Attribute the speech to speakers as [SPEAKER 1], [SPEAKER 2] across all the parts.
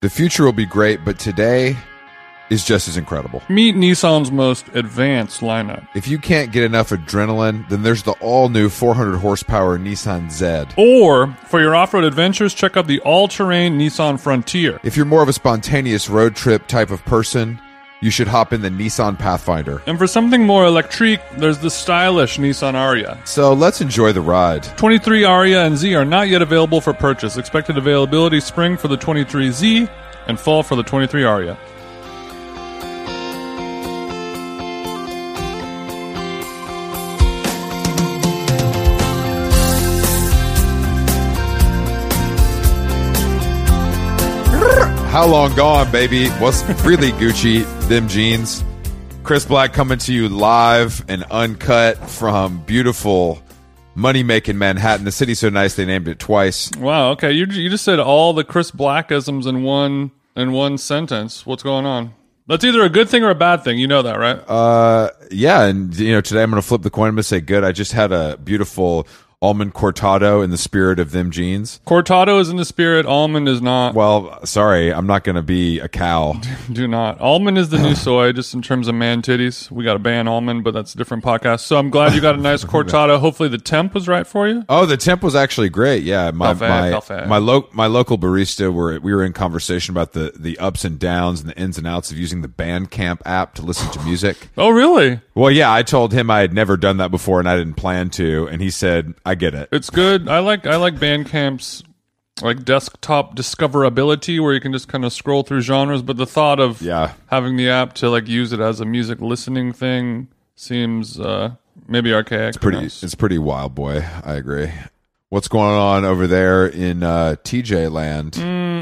[SPEAKER 1] The future will be great, but today is just as incredible.
[SPEAKER 2] Meet Nissan's most advanced lineup.
[SPEAKER 1] If you can't get enough adrenaline, then there's the all new 400 horsepower Nissan Z.
[SPEAKER 2] Or, for your off road adventures, check out the all terrain Nissan Frontier.
[SPEAKER 1] If you're more of a spontaneous road trip type of person, you should hop in the Nissan Pathfinder.
[SPEAKER 2] And for something more electrique, there's the stylish Nissan Aria.
[SPEAKER 1] So let's enjoy the ride.
[SPEAKER 2] 23 Aria and Z are not yet available for purchase. Expected availability spring for the 23Z and fall for the 23 Aria.
[SPEAKER 1] How long gone, baby? What's really Gucci? Them jeans. Chris Black coming to you live and uncut from beautiful money making Manhattan. The city's so nice they named it twice.
[SPEAKER 2] Wow, okay. You, you just said all the Chris Blackisms in one in one sentence. What's going on? That's either a good thing or a bad thing. You know that, right?
[SPEAKER 1] Uh, yeah, and you know today I'm going to flip the coin. I'm going to say good. I just had a beautiful almond cortado in the spirit of them jeans.
[SPEAKER 2] Cortado is in the spirit, almond is not.
[SPEAKER 1] Well, sorry, I'm not going to be a cow.
[SPEAKER 2] Do not. Almond is the new soy, just in terms of man titties. We got to ban almond, but that's a different podcast. So I'm glad you got a nice cortado. Hopefully the temp was right for you.
[SPEAKER 1] Oh, the temp was actually great. Yeah, my
[SPEAKER 2] Parfait,
[SPEAKER 1] my
[SPEAKER 2] parfait.
[SPEAKER 1] my, lo- my local barista were we were in conversation about the the ups and downs and the ins and outs of using the Bandcamp app to listen to music.
[SPEAKER 2] Oh, really?
[SPEAKER 1] Well, yeah, I told him I had never done that before and I didn't plan to, and he said, "I get it."
[SPEAKER 2] It's good. I like I like Bandcamp's like desktop discoverability where you can just kind of scroll through genres, but the thought of
[SPEAKER 1] Yeah.
[SPEAKER 2] having the app to like use it as a music listening thing seems uh maybe archaic. It's
[SPEAKER 1] Pretty, it's pretty wild, boy. I agree. What's going on over there in uh, TJ land?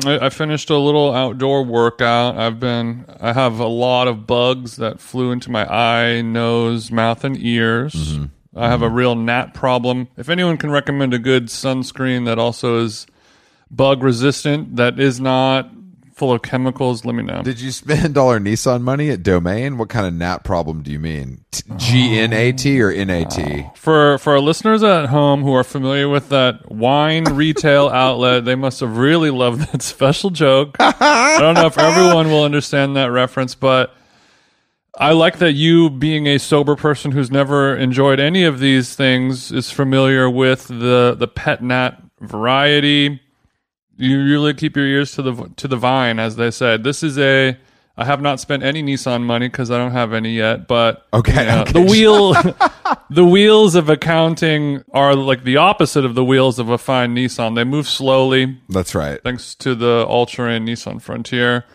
[SPEAKER 2] I, I finished a little outdoor workout. I've been I have a lot of bugs that flew into my eye, nose, mouth, and ears. I have a real gnat problem. If anyone can recommend a good sunscreen that also is bug resistant, that is not full of chemicals, let me know.
[SPEAKER 1] Did you spend all our Nissan money at Domain? What kind of nat problem do you mean? T- G N A T or N A T?
[SPEAKER 2] for for our listeners at home who are familiar with that wine retail outlet, they must have really loved that special joke. I don't know if everyone will understand that reference, but I like that you, being a sober person who's never enjoyed any of these things, is familiar with the the pet nat variety. You really keep your ears to the to the vine, as they said. This is a I have not spent any Nissan money because I don't have any yet, but
[SPEAKER 1] Okay,
[SPEAKER 2] yeah,
[SPEAKER 1] okay.
[SPEAKER 2] the wheel the wheels of accounting are like the opposite of the wheels of a fine Nissan. They move slowly
[SPEAKER 1] That's right.
[SPEAKER 2] thanks to the all-terrain Nissan Frontier.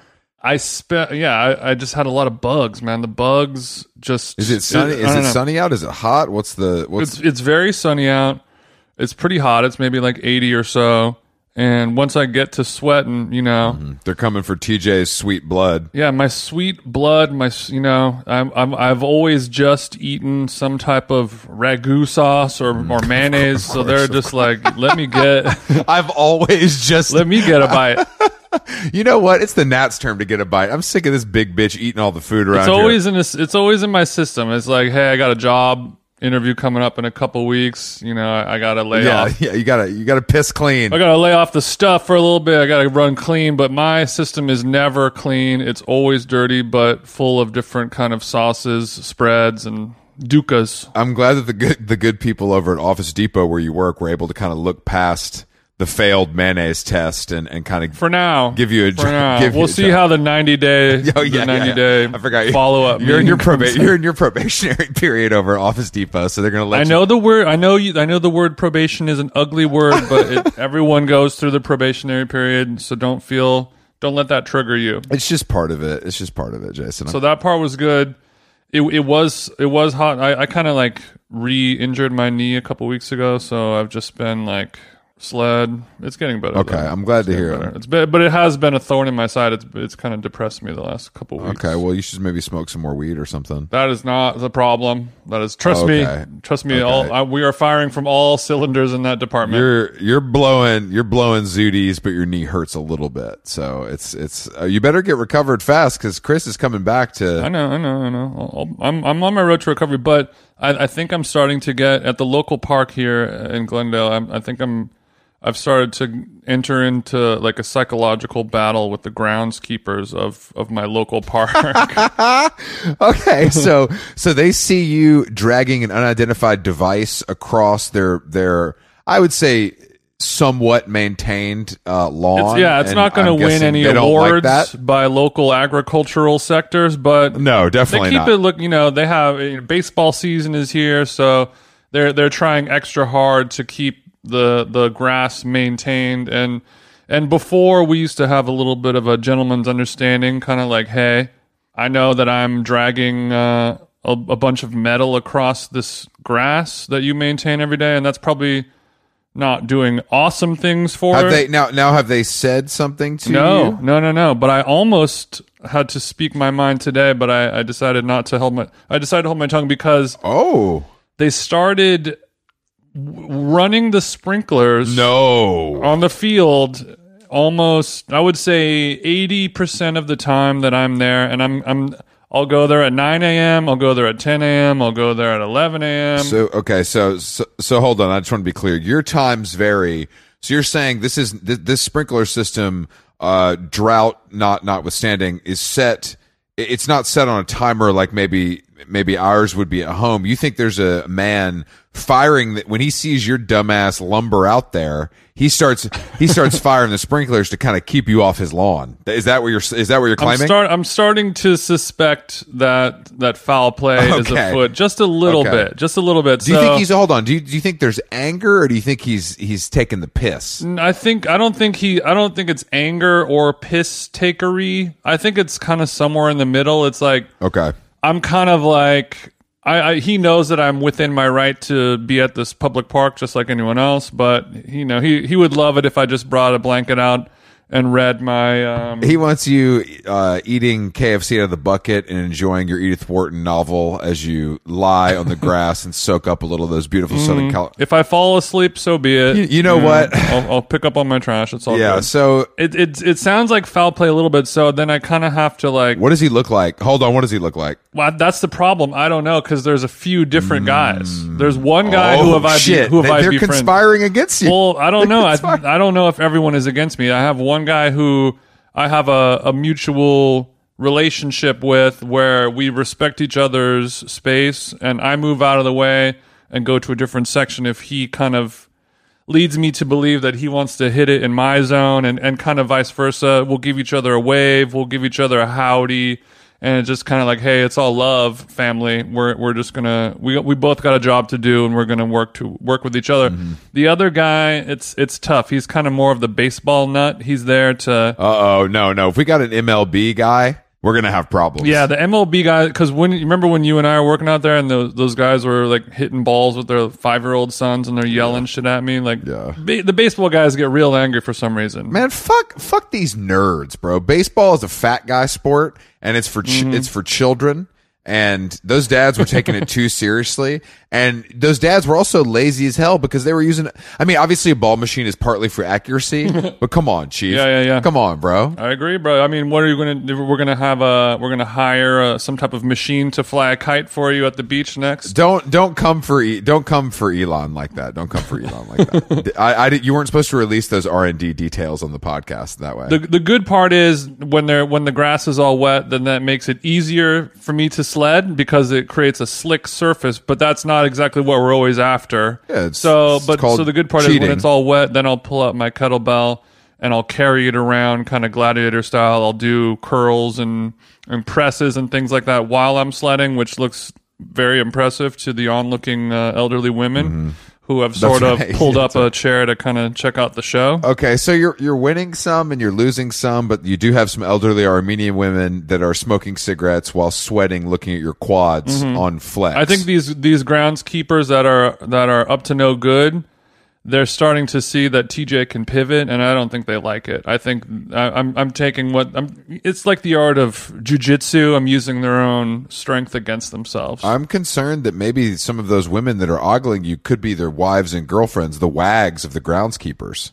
[SPEAKER 2] I spent yeah, I, I just had a lot of bugs, man. The bugs just
[SPEAKER 1] Is it sunny?
[SPEAKER 2] I
[SPEAKER 1] Is
[SPEAKER 2] don't
[SPEAKER 1] it
[SPEAKER 2] know.
[SPEAKER 1] sunny out? Is it hot? What's the what's?
[SPEAKER 2] It's it's very sunny out. It's pretty hot. It's maybe like 80 or so. And once I get to sweating, you know,
[SPEAKER 1] They're coming for TJ's sweet blood.
[SPEAKER 2] Yeah, my sweet blood, my s- you know, I'm, I'm I've always just eaten some type of ragu sauce or or
[SPEAKER 1] Mm.
[SPEAKER 2] mayonnaise, so they're just like, let me get
[SPEAKER 1] I've always just
[SPEAKER 2] let me get a bite.
[SPEAKER 1] you know what? It's the Nat's term to get a bite. I'm sick of this big bitch eating all the food around
[SPEAKER 2] It's
[SPEAKER 1] here.
[SPEAKER 2] always in this, it's always in my system. It's like, hey, I got a job interview coming up in a couple weeks. You know, I, I got to lay
[SPEAKER 1] yeah,
[SPEAKER 2] off.
[SPEAKER 1] yeah. You gotta you gotta piss clean.
[SPEAKER 2] I got to lay off the stuff for a little bit. I got to run clean, but my system is never clean. It's always dirty, but full of different kind of sauces, spreads, and dukas.
[SPEAKER 1] I'm glad that the good the good people over at Office Depot where you work were able to kind of look past the failed mayonnaise test and and kind of
[SPEAKER 2] for now.
[SPEAKER 1] Give you a
[SPEAKER 2] for
[SPEAKER 1] dr-
[SPEAKER 2] now.
[SPEAKER 1] give you
[SPEAKER 2] We'll
[SPEAKER 1] a
[SPEAKER 2] see
[SPEAKER 1] dr-
[SPEAKER 2] how the ninety day.
[SPEAKER 1] Oh
[SPEAKER 2] the
[SPEAKER 1] yeah, yeah,
[SPEAKER 2] ninety
[SPEAKER 1] yeah.
[SPEAKER 2] day.
[SPEAKER 1] I forgot.
[SPEAKER 2] Follow up.
[SPEAKER 1] You're in your
[SPEAKER 2] meeting
[SPEAKER 1] proba-
[SPEAKER 2] comes up.
[SPEAKER 1] You're in your probationary period over at Office Depot, so they're gonna let
[SPEAKER 2] I
[SPEAKER 1] you-
[SPEAKER 2] know the word. I know you. I know the word probation is an ugly word, but it, everyone goes through the probationary period, so don't feel. Don't let that trigger you.
[SPEAKER 1] It's just part of it. It's just part of it, Jason.
[SPEAKER 2] So that part was good. It, it was it was hot. I, I kind of like re-injured my knee a couple weeks ago, so I've just been like sled. It's getting better.
[SPEAKER 1] okay, I'm glad to hear it.
[SPEAKER 2] It's been, but it has been a thorn in my side. It's it's kind of depressed me the last couple weeks.
[SPEAKER 1] Okay, well, you should maybe smoke some more weed or something.
[SPEAKER 2] That is not the problem. That is trust
[SPEAKER 1] Okay.
[SPEAKER 2] me, trust me. All I, we are firing from all cylinders in that department.
[SPEAKER 1] You're you're blowing you're blowing zooties, but your knee hurts a little bit. So it's it's uh, you better get recovered fast because Chris is coming back
[SPEAKER 2] I
[SPEAKER 1] to.
[SPEAKER 2] know, I know, I know. I'll, I'm I'm on my road to recovery, but I, I think I'm starting to get at the local park here in Glendale. I'm, I think I'm I've started to enter into like a psychological battle with the groundskeepers of of my local park.
[SPEAKER 1] Okay, so so they see you dragging an unidentified device across their their I would say somewhat maintained uh, lawn.
[SPEAKER 2] It's- yeah, it's
[SPEAKER 1] and
[SPEAKER 2] not going to
[SPEAKER 1] I'm
[SPEAKER 2] win
[SPEAKER 1] guessing
[SPEAKER 2] any
[SPEAKER 1] they don't like
[SPEAKER 2] awards
[SPEAKER 1] that.
[SPEAKER 2] by local agricultural sectors, but
[SPEAKER 1] No,
[SPEAKER 2] they
[SPEAKER 1] definitely
[SPEAKER 2] keep
[SPEAKER 1] not.
[SPEAKER 2] it look. You know, they have you know, baseball season is here, so they're they're trying extra hard to keep the the grass maintained and and before we used to have a little bit of a gentleman's understanding, kind of like, hey, I know that I'm dragging. Uh, a, a bunch of metal across this grass that you maintain every day, and that's probably not doing awesome things for
[SPEAKER 1] Have
[SPEAKER 2] it.
[SPEAKER 1] they now? Now have they said something to
[SPEAKER 2] No,
[SPEAKER 1] you?
[SPEAKER 2] no, no, no. But I almost had to speak my mind today, but I, I decided not to hold my. I decided to hold my tongue because
[SPEAKER 1] Oh
[SPEAKER 2] they started w- running the sprinklers
[SPEAKER 1] no!
[SPEAKER 2] on the field almost. I would say eighty percent of the time that I'm there, and I'm I'm. I'll go there at 9 a.m. I'll go there at 10 a.m. I'll go there at 11 a.m.
[SPEAKER 1] So okay, so, so so hold on. I just want to be clear. Your times vary. So you're saying this is th- this sprinkler system, uh, drought not notwithstanding, is set. i- It's not set on a timer like maybe maybe ours would be at home. You think there's a man firing that when he sees your dumbass lumber out there, he starts he starts firing the sprinklers to kind of keep you off his lawn. Is that what you're s- is that what you're
[SPEAKER 2] I'm,
[SPEAKER 1] claiming?
[SPEAKER 2] start, I'm starting to suspect that that foul play is
[SPEAKER 1] Okay.
[SPEAKER 2] afoot, just a little
[SPEAKER 1] Okay.
[SPEAKER 2] bit, just a little bit.
[SPEAKER 1] do you
[SPEAKER 2] so,
[SPEAKER 1] think he's hold on? Do you, do you think there's anger, or do you think he's he's taking the piss?
[SPEAKER 2] I think I don't think he I don't think it's anger or piss takery. I think it's kind of somewhere in the middle. It's like
[SPEAKER 1] Okay.
[SPEAKER 2] I'm kind of like I, I he knows that I'm within my right to be at this public park just like anyone else, but you know he he would love it if I just brought a blanket out and read my um
[SPEAKER 1] He wants you uh, eating KFC out of the bucket and enjoying your Edith Wharton novel as you lie on the grass and soak up a little of those beautiful
[SPEAKER 2] Mm-hmm.
[SPEAKER 1] Southern California.
[SPEAKER 2] if I fall asleep, so be it.
[SPEAKER 1] You, you know what?
[SPEAKER 2] I'll, I'll pick up on my trash. It's all
[SPEAKER 1] yeah.
[SPEAKER 2] good.
[SPEAKER 1] So
[SPEAKER 2] It, it it sounds like foul play a little bit, so then I kind of have to like
[SPEAKER 1] what does he look like? Hold on. What does he look like?
[SPEAKER 2] Well, that's the problem. I don't know because there's a few different guys. There's one guy
[SPEAKER 1] oh
[SPEAKER 2] who have I
[SPEAKER 1] shit!
[SPEAKER 2] Be, who have
[SPEAKER 1] they,
[SPEAKER 2] I
[SPEAKER 1] are
[SPEAKER 2] befriended.
[SPEAKER 1] conspiring against you.
[SPEAKER 2] Well, I don't know. I,
[SPEAKER 1] conspiring.
[SPEAKER 2] I don't know if everyone is against me. I have one guy who I have a, a mutual relationship with where we respect each other's space, and I move out of the way and go to a different section if he kind of leads me to believe that he wants to hit it in my zone and, and kind of vice versa. We'll give each other a wave, we'll give each other a howdy. And it's just kind of like, hey, it's all love, family. We're we're just gonna we we both got a job to do, and we're gonna work to work with each other. The other guy, it's it's tough. He's kind of more of the baseball nut. He's there to
[SPEAKER 1] Uh oh. No. No. If we got an MLB guy, we're gonna have problems.
[SPEAKER 2] yeah, the MLB guy. Because when you remember when you and I were working out there, and those those guys were like hitting balls with their five year old sons, and they're yelling shit at me. Like
[SPEAKER 1] Yeah.
[SPEAKER 2] ba- the baseball guys get real angry for some reason.
[SPEAKER 1] Man, fuck, fuck these nerds, bro. Baseball is a fat guy sport, and it's for
[SPEAKER 2] Mm-hmm.
[SPEAKER 1] ch- it's for children. And those dads were taking it too seriously, and those dads were also lazy as hell because they were using. I mean, obviously, a ball machine is partly for accuracy, but come on, chief.
[SPEAKER 2] Yeah, yeah, yeah.
[SPEAKER 1] Come on, bro.
[SPEAKER 2] I agree, bro. I mean, what are you going to? We're going to have a. We're going to hire uh some type of machine to fly a kite for you at the beach next.
[SPEAKER 1] Don't don't come for E- don't come for Elon like that. Don't come for Elon like that. I, I did- you weren't supposed to release those R and D details on the podcast that way.
[SPEAKER 2] The, the good part is when they're when the grass is all wet, then that makes it easier for me to sled because it creates a slick surface. But that's not exactly what we're always after.
[SPEAKER 1] Yeah, it's-
[SPEAKER 2] so,
[SPEAKER 1] it's
[SPEAKER 2] but
[SPEAKER 1] called
[SPEAKER 2] so the good part is
[SPEAKER 1] cheating.
[SPEAKER 2] when it's all wet, then I'll pull out my kettlebell and I'll carry it around, kind of gladiator style. I'll do curls and and presses and things like that while I'm sledding, which looks very impressive to the onlooking uh, elderly women who have sort of
[SPEAKER 1] Mm-hmm. right.
[SPEAKER 2] pulled up a chair to kind of check out the show.
[SPEAKER 1] Okay, so you're you're winning some and you're losing some, but you do have some elderly Armenian women that are smoking cigarettes while sweating, looking at your quads on flex.
[SPEAKER 2] Mm-hmm. I think these these groundskeepers that are that are up to no good, they're starting to see that TJ can pivot, and I don't think they like it. I think I, I'm I'm taking what I'm. It's like the art of jujitsu. I'm using their own strength against themselves.
[SPEAKER 1] I'm concerned that maybe some of those women that are ogling you could be their wives and girlfriends, the wags of the groundskeepers.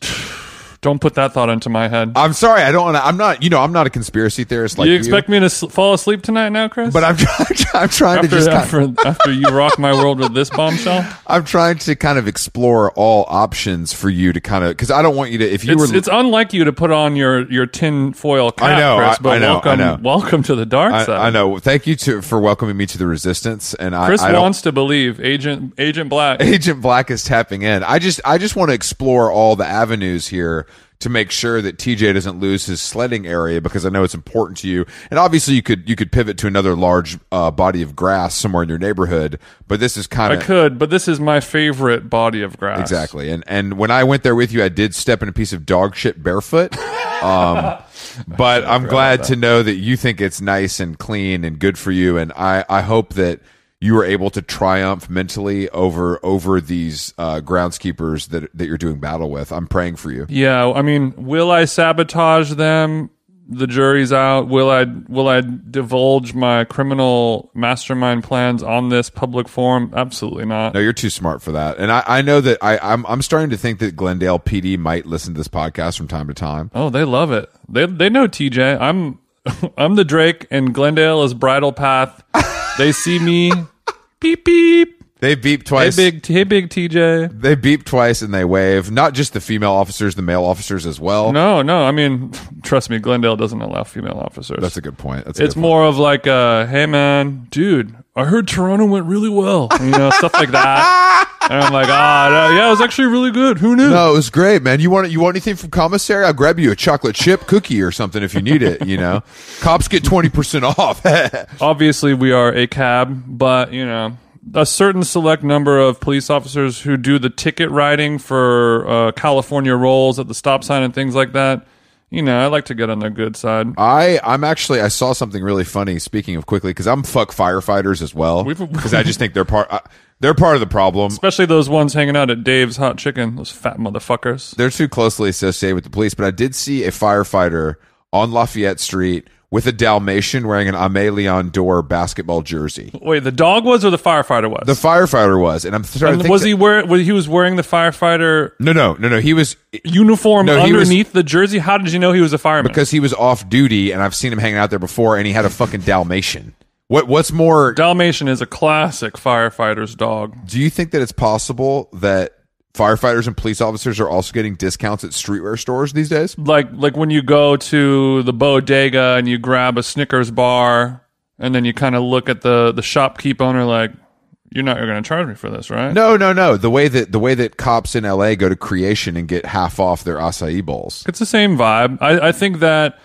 [SPEAKER 2] Don't put that thought into my head.
[SPEAKER 1] I'm sorry, I don't. Wanna, I'm not. You know, I'm not a conspiracy theorist like
[SPEAKER 2] you
[SPEAKER 1] you.
[SPEAKER 2] expect me to s- fall asleep tonight now, Chris?
[SPEAKER 1] but I'm trying. I'm trying to
[SPEAKER 2] after,
[SPEAKER 1] just. Kind
[SPEAKER 2] after, after you rock my world with this bombshell,
[SPEAKER 1] I'm trying to kind of explore all options for you to kind of because I don't want you to. If you
[SPEAKER 2] it's,
[SPEAKER 1] were,
[SPEAKER 2] it's unlike you to put on your your tin foil cap,
[SPEAKER 1] I know,
[SPEAKER 2] Chris.
[SPEAKER 1] I-
[SPEAKER 2] But
[SPEAKER 1] I know, I
[SPEAKER 2] welcome,
[SPEAKER 1] know.
[SPEAKER 2] welcome to the dark side.
[SPEAKER 1] I, I know. Thank you to for welcoming me to the resistance, and I,
[SPEAKER 2] Chris
[SPEAKER 1] I don't.
[SPEAKER 2] wants to believe Agent Agent Black.
[SPEAKER 1] Agent Black is tapping in. I just I just want to explore all the avenues here to make sure that TJ doesn't lose his sledding area because I know it's important to you. And obviously you could you could pivot to another large uh, body of grass somewhere in your neighborhood, but this is kind
[SPEAKER 2] I
[SPEAKER 1] of
[SPEAKER 2] could, but this is my favorite body of grass.
[SPEAKER 1] exactly. And and when I went there with you, I did step in a piece of dog shit barefoot. Um, but I'm glad to know that you think it's nice and clean and good for you. And I, I hope that you were able to triumph mentally over over these uh, groundskeepers that that you're doing battle with. I'm praying for you.
[SPEAKER 2] Yeah, I mean, will I sabotage them? The jury's out. Will I will I divulge my criminal mastermind plans on this public forum? Absolutely not.
[SPEAKER 1] No, you're too smart for that. And I, I know that I, I'm I'm starting to think that Glendale PD might listen to this podcast from time to time.
[SPEAKER 2] Oh, they love it. They they know TJ. I'm I'm the Drake and Glendale is bridal path. They see me. beep beep.
[SPEAKER 1] They beep
[SPEAKER 2] Hey
[SPEAKER 1] twice.
[SPEAKER 2] big hey big TJ.
[SPEAKER 1] they beep twice and they wave. Not just the female officers, the male officers as well.
[SPEAKER 2] No, no. I mean, trust me, Glendale doesn't allow female officers.
[SPEAKER 1] That's a good point. That's a
[SPEAKER 2] it's
[SPEAKER 1] good
[SPEAKER 2] more of like uh hey man dude i heard toronto went really well you know stuff like that and i'm like ah no, yeah it was actually really good who knew
[SPEAKER 1] No, it was great, man. You want you want anything from commissary? I'll grab you a chocolate chip cookie or something if you need it. You know, cops get twenty percent off.
[SPEAKER 2] obviously we are a cab but you know a certain select number of police officers who do the ticket writing for uh, california rolls at the stop sign and things like that you know i like to get on their good side
[SPEAKER 1] I I'm actually I saw something really funny. Speaking of quickly, because I'm fuck firefighters as well. Because I just think they're part uh, they're part of the problem.
[SPEAKER 2] especially those ones hanging out at dave's hot chicken those fat motherfuckers
[SPEAKER 1] They're too closely associated with the police. But I did see a firefighter on Lafayette Street with a Dalmatian wearing an Ame Leon Dor basketball jersey.
[SPEAKER 2] wait the dog was or the firefighter was
[SPEAKER 1] The firefighter was, and I'm starting to
[SPEAKER 2] and
[SPEAKER 1] think
[SPEAKER 2] was
[SPEAKER 1] that-
[SPEAKER 2] he wear? was- He was wearing the firefighter
[SPEAKER 1] No, no, no, no. He was
[SPEAKER 2] uniform
[SPEAKER 1] No, he was-
[SPEAKER 2] underneath the jersey? How did you know he was a fireman?
[SPEAKER 1] because he was off duty and I've seen him hanging out there before and he had a fucking Dalmatian. What what's more
[SPEAKER 2] Dalmatian is a classic firefighter's dog.
[SPEAKER 1] do you think that it's possible that firefighters and police officers are also getting discounts at streetwear stores these days?
[SPEAKER 2] Like like when you go to the bodega and you grab a Snickers bar and then you kind of look at the the shopkeep owner like you're not going to charge me for this, right?
[SPEAKER 1] No, no, no. The way that the way that cops in LA go to creation and get half off their acai bowls.
[SPEAKER 2] It's the same vibe. I, I think that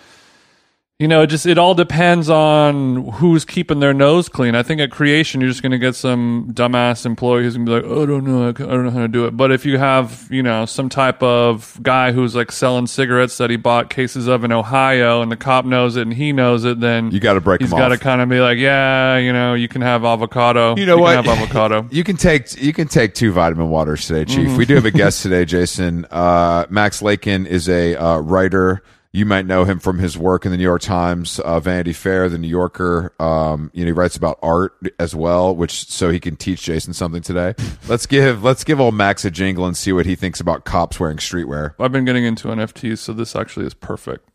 [SPEAKER 2] you know, it just it all depends on who's keeping their nose clean. I think at creation, you're just going to get some dumbass employee who's going to be like, oh, "I don't know, I c- I don't know how to do it." But if you have, you know, some type of guy who's like selling cigarettes that he bought cases of in Ohio, and the cop knows it and he knows it, then
[SPEAKER 1] You got to break
[SPEAKER 2] he's
[SPEAKER 1] them
[SPEAKER 2] got to
[SPEAKER 1] off.
[SPEAKER 2] kind of be like, "Yeah, you know, you can have avocado.
[SPEAKER 1] You know what?
[SPEAKER 2] Can have avocado."
[SPEAKER 1] You can take you can take two vitamin waters today, Chief. We do have a guest today, Jason. Uh, Max Lakin is a uh, writer. You might know him from his work in the New York Times, uh, Vanity Fair, The New Yorker. Um, you know he writes about art as well, which so he can teach Jason something today. Let's give let's give old Max a jingle and see what he thinks about cops wearing streetwear.
[SPEAKER 2] I've been getting into NFTs, so this actually is perfect.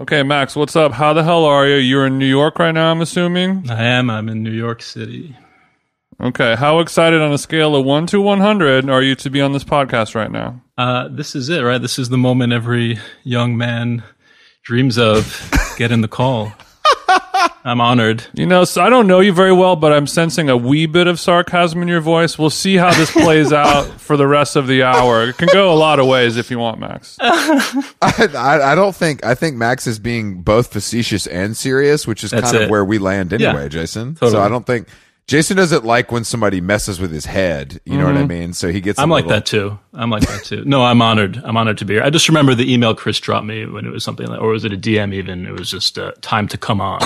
[SPEAKER 2] Okay, Max, what's up? How the hell are you? You're in New York right now, I'm assuming.
[SPEAKER 3] I am. I'm in New York City.
[SPEAKER 2] Okay, how excited on a scale of 1 to 100 are you to be on this podcast right now?
[SPEAKER 3] Uh, this is it, right? This is the moment every young man dreams of. Get in the call. I'm honored.
[SPEAKER 2] You know, so I don't know you very well, but I'm sensing a wee bit of sarcasm in your voice. We'll see how this plays out for the rest of the hour. It can go a lot of ways if you want, Max.
[SPEAKER 1] I, I, I don't think I think Max is being both facetious and serious, which is
[SPEAKER 3] That's
[SPEAKER 1] kind of
[SPEAKER 3] it.
[SPEAKER 1] where we land anyway, Jason. So
[SPEAKER 3] Totally.
[SPEAKER 1] I don't think Jason doesn't like when somebody messes with his head. You know what I mean? So he gets. a
[SPEAKER 3] Mm-hmm. I'm like
[SPEAKER 1] little-
[SPEAKER 3] that too. I'm like that too. No, I'm honored. I'm honored to be here. I just remember the email Chris dropped me when it was something like, or was it a DM even? It was just uh, time to come on.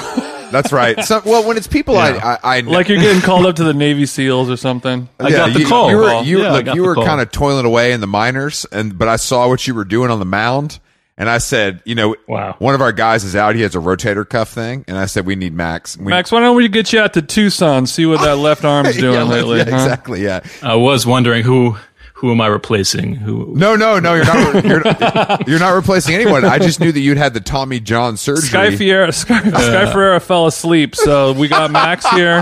[SPEAKER 1] That's right. So, well, when it's people I I, I know-
[SPEAKER 2] Like you're getting called up to the Navy SEALs or something.
[SPEAKER 3] I got the
[SPEAKER 1] you,
[SPEAKER 3] call.
[SPEAKER 1] You were, you,
[SPEAKER 3] Yeah, I
[SPEAKER 1] look,
[SPEAKER 3] got
[SPEAKER 1] you
[SPEAKER 3] the
[SPEAKER 1] were
[SPEAKER 3] call.
[SPEAKER 1] kind of toiling away in the minors, and but I saw what you were doing on the mound, and I said, you know,
[SPEAKER 3] Wow.
[SPEAKER 1] one of our guys is out. He has a rotator cuff thing, and I said, we need Max. We,
[SPEAKER 2] Max, why don't we get you out to Tucson, see what that left arm's doing
[SPEAKER 1] yeah,
[SPEAKER 2] lately?
[SPEAKER 1] yeah,
[SPEAKER 2] huh?
[SPEAKER 1] exactly. Yeah,
[SPEAKER 3] I was wondering who who who am I replacing? Who?
[SPEAKER 1] No, no, no. You're not. You're, you're not replacing anyone. I just knew that you'd had the Tommy John surgery.
[SPEAKER 2] Sky Fiera, Sky, Sky Ferreira fell asleep, so we got Max here.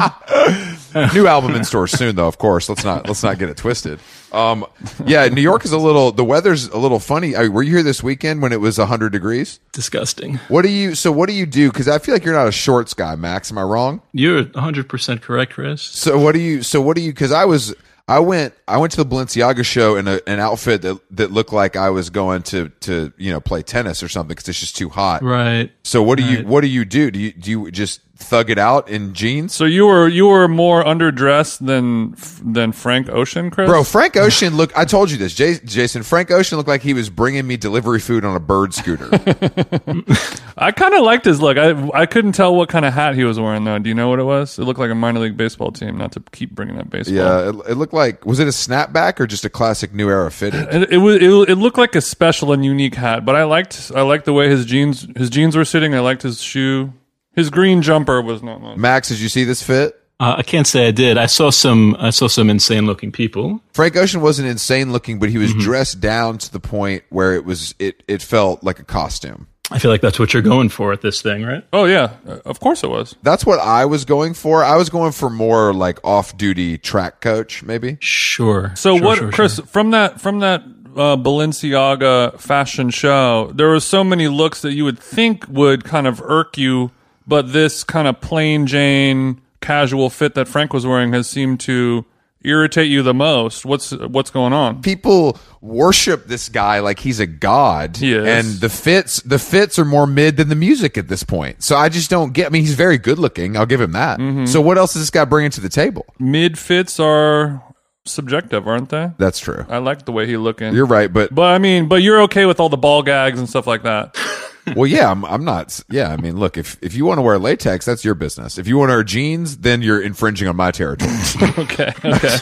[SPEAKER 1] New album in store soon, though. Of course, let's not let's not get it twisted. Um, yeah, New York is a little. The weather's a little funny. I, were you here this weekend when it was 100 degrees?
[SPEAKER 3] Disgusting.
[SPEAKER 1] What do you? So what do you do? Because I feel like you're not a shorts guy, Max. Am I wrong?
[SPEAKER 3] You're 100 percent correct, Chris.
[SPEAKER 1] So what do you? So what do you? Because I was, I went, I went to the Balenciaga show in a, an outfit that that looked like I was going to to you know play tennis or something because it's just too hot.
[SPEAKER 3] Right.
[SPEAKER 1] So what do you? What do you do? Do you do you just thug it out in jeans?
[SPEAKER 2] So you were you were more underdressed than than Frank Ocean, Chris.
[SPEAKER 1] Bro, Frank Ocean look. I told you this, Jas- Jason. Frank Ocean looked like he was bringing me delivery food on a bird scooter.
[SPEAKER 2] I kind of liked his look. I I couldn't tell what kind of hat he was wearing though. Do you know what it was? It looked like a minor league baseball team. Not to keep bringing up baseball.
[SPEAKER 1] yeah, it, it looked like was it a snapback or just a classic new era fitted?
[SPEAKER 2] And it was it, it looked like a special and unique hat, but I liked I liked the way his jeans his jeans were sitting. I liked his shoe. His green jumper was not much.
[SPEAKER 1] Max, did you see this fit?
[SPEAKER 3] Uh, I can't say I did. I saw some. I saw some insane looking people.
[SPEAKER 1] Frank Ocean wasn't insane looking, but he was dressed down to the point where it was it it felt like a costume.
[SPEAKER 3] I feel like that's what you're going for at this thing, right?
[SPEAKER 2] Oh yeah, Uh, of course it was.
[SPEAKER 1] That's what I was going for. I was going for more like off duty track coach, maybe.
[SPEAKER 3] Sure.
[SPEAKER 2] So
[SPEAKER 3] Sure,
[SPEAKER 2] what,
[SPEAKER 3] sure,
[SPEAKER 2] Chris? From that from that uh, Balenciaga fashion show, there were so many looks that you would think would kind of irk you, but this kind of plain Jane casual fit that Frank was wearing has seemed to irritate you the most. What's what's going on?
[SPEAKER 1] People worship this guy like he's a god.
[SPEAKER 2] Yes.
[SPEAKER 1] And the fits the fits are more mid than the music at this point. So I just don't get I mean he's very good looking. I'll give him that. So what else is this guy bringing to the table?
[SPEAKER 2] Mid fits are subjective, aren't they?
[SPEAKER 1] That's true.
[SPEAKER 2] I like the way he looking.
[SPEAKER 1] Uh, You're right, but
[SPEAKER 2] but I mean, but you're okay with all the ball gags and stuff like that.
[SPEAKER 1] well, yeah, I'm, I'm not. Yeah, I mean, look, if if you want to wear latex, that's your business. If you want to wear jeans, then you're infringing on my territory.
[SPEAKER 2] Okay, okay,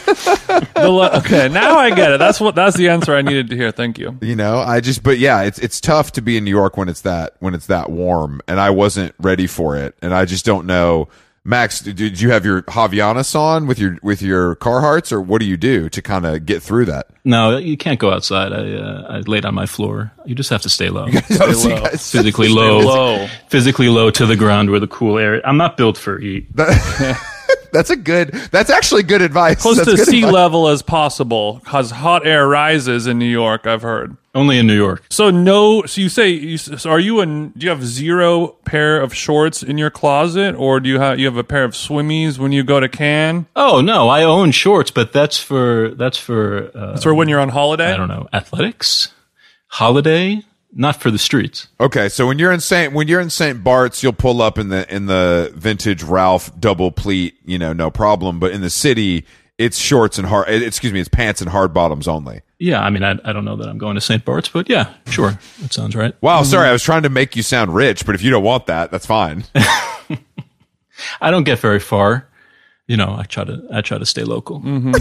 [SPEAKER 2] The lo- okay. Now I get it. That's what that's the answer I needed to hear. Thank you.
[SPEAKER 1] you know i just but yeah it's it's tough to be in new york when it's that when it's that warm and i wasn't ready for it and i just don't know max did, did you have your Havaianas on with your with your carhartts or what do you do to kind of get through that
[SPEAKER 3] No, you can't go outside. I, uh, I laid on my floor. You just have to stay low.
[SPEAKER 1] So you guys-
[SPEAKER 3] physically low,
[SPEAKER 2] low.
[SPEAKER 3] physically low to the ground where the cool air. I'm not built for heat.
[SPEAKER 1] that's a good that's actually good advice
[SPEAKER 2] Close
[SPEAKER 1] that's
[SPEAKER 2] to
[SPEAKER 1] good
[SPEAKER 2] sea
[SPEAKER 1] advice.
[SPEAKER 2] level as possible, because hot air rises in New York. I've heard.
[SPEAKER 3] Only in New York.
[SPEAKER 2] So no. So you say you, so are you in? Do you have zero pair of shorts in your closet, or do you have you have a pair of swimmies when you go to Cannes?
[SPEAKER 3] Oh no, I own shorts, but that's for that's for uh,
[SPEAKER 2] That's or when you're on holiday.
[SPEAKER 3] I don't know athletics, holiday, not for the streets.
[SPEAKER 1] okay so when you're in saint when you're in saint bart's you'll pull up in the in the vintage ralph double pleat you know no problem but in the city it's shorts and hard eh, excuse me it's pants and hard bottoms only
[SPEAKER 3] Yeah, I mean, I, I don't know that I'm going to St. Bart's, but yeah, sure, that sounds right.
[SPEAKER 1] Wow, sorry, I was trying to make you sound rich, but if you don't want that, that's fine.
[SPEAKER 3] I don't get very far. You know, I try to I try to stay local.
[SPEAKER 2] Mm-hmm.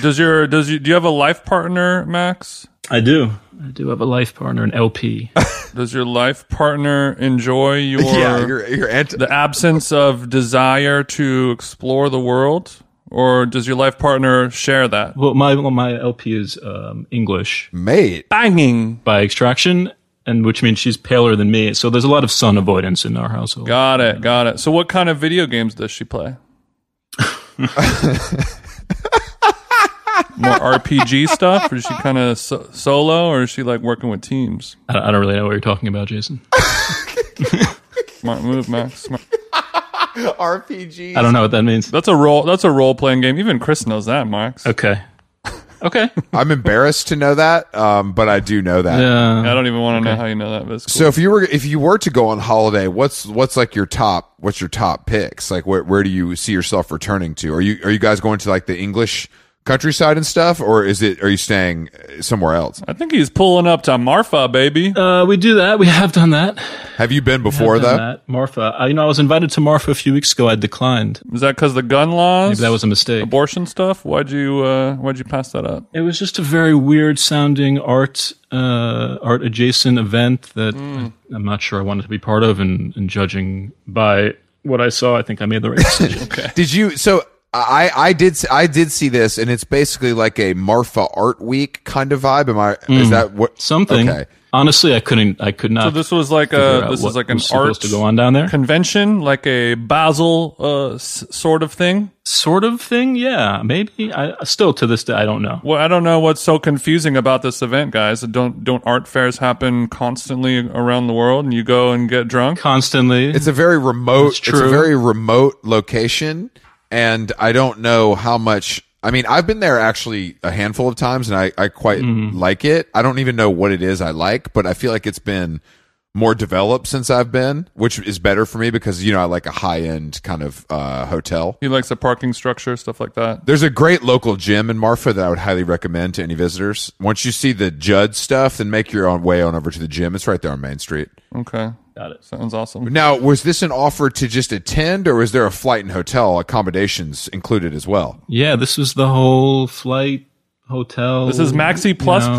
[SPEAKER 2] Does your does you do you have a life partner, Max?
[SPEAKER 3] I do. I do have a life partner, an LP.
[SPEAKER 2] Does your life partner enjoy your
[SPEAKER 1] yeah, you're, you're anti-
[SPEAKER 2] the absence of desire to explore the world, or does your life partner share that?
[SPEAKER 3] well, my well, my LP is um, English.
[SPEAKER 1] mate.
[SPEAKER 2] Banging.
[SPEAKER 3] by extraction, and which means she's paler than me. So there's a lot of sun avoidance in our household.
[SPEAKER 2] Got it. Got it. So, what kind of video games does she play? More RPG stuff, or is she kind of so- solo, or is she like working with teams?
[SPEAKER 3] I don't, I don't really know what you're talking about, Jason.
[SPEAKER 2] Smart move, Max. Smart.
[SPEAKER 1] RPG.
[SPEAKER 3] I don't know what that means.
[SPEAKER 2] That's a role. That's a role playing game. Even Chris knows that, Max.
[SPEAKER 3] Okay. Okay.
[SPEAKER 1] I'm embarrassed to know that, um, but I do know that.
[SPEAKER 3] Uh,
[SPEAKER 2] I don't even want to know how you know that, but it's cool.
[SPEAKER 1] So if you were if you were to go on holiday, what's what's like your top what's your top picks? Like where where do you see yourself returning to? Are you are you guys going to like the English countryside and stuff, or is it are you staying uh, somewhere else?
[SPEAKER 2] I think he's pulling up to Marfa, baby.
[SPEAKER 3] uh, we do that. We have done that.
[SPEAKER 1] Have you been before
[SPEAKER 3] Done
[SPEAKER 1] though?
[SPEAKER 3] that. Marfa. I, you know, I was invited to Marfa a few weeks ago. I declined.
[SPEAKER 2] Is that because the gun laws?
[SPEAKER 3] That was a mistake.
[SPEAKER 2] abortion stuff. Why'd you uh, Why'd you pass that up?
[SPEAKER 3] It was just a very weird sounding art, uh, art adjacent event that I, am not sure I wanted to be part of. And, and judging by what I saw, I think I made the right decision. okay.
[SPEAKER 1] Did you so I, I did s- I did see this, and it's basically like a Marfa Art Week kind of vibe. Am I? Is that what?
[SPEAKER 3] Something.
[SPEAKER 1] Okay.
[SPEAKER 3] Honestly, I couldn't. I could not.
[SPEAKER 2] So this was like
[SPEAKER 3] figure
[SPEAKER 2] a
[SPEAKER 3] out
[SPEAKER 2] this
[SPEAKER 3] what
[SPEAKER 2] is like an
[SPEAKER 3] was
[SPEAKER 2] art
[SPEAKER 3] supposed to go on down there.
[SPEAKER 2] convention, like a Basel uh, s- sort of thing.
[SPEAKER 3] sort of thing. Yeah, maybe. I still to this day I don't know.
[SPEAKER 2] Well, I don't know what's so confusing about this event, guys. Don't don't art fairs happen constantly around the world, and you go and get drunk?
[SPEAKER 3] Constantly,
[SPEAKER 1] It's a very remote. It's, a
[SPEAKER 3] true.
[SPEAKER 1] very remote location, and I don't know how much. I mean, I've been there actually a handful of times, and I I quite like it. I don't even know what it is I like, but I feel like it's been more developed since I've been, which is better for me because you know I like a high end kind of uh, hotel.
[SPEAKER 2] He likes the parking structure, stuff like that.
[SPEAKER 1] There's a great local gym in Marfa that I would highly recommend to any visitors. Once you see the Judd stuff, then make your own way on over to the gym. It's right there on Main Street.
[SPEAKER 2] Okay,
[SPEAKER 3] Got it.
[SPEAKER 2] Sounds awesome.
[SPEAKER 1] Now, was this an offer to just attend, or was there a flight and hotel accommodations included as well?
[SPEAKER 3] yeah. This was the whole flight hotel.
[SPEAKER 2] This is Maxi Plus
[SPEAKER 3] No.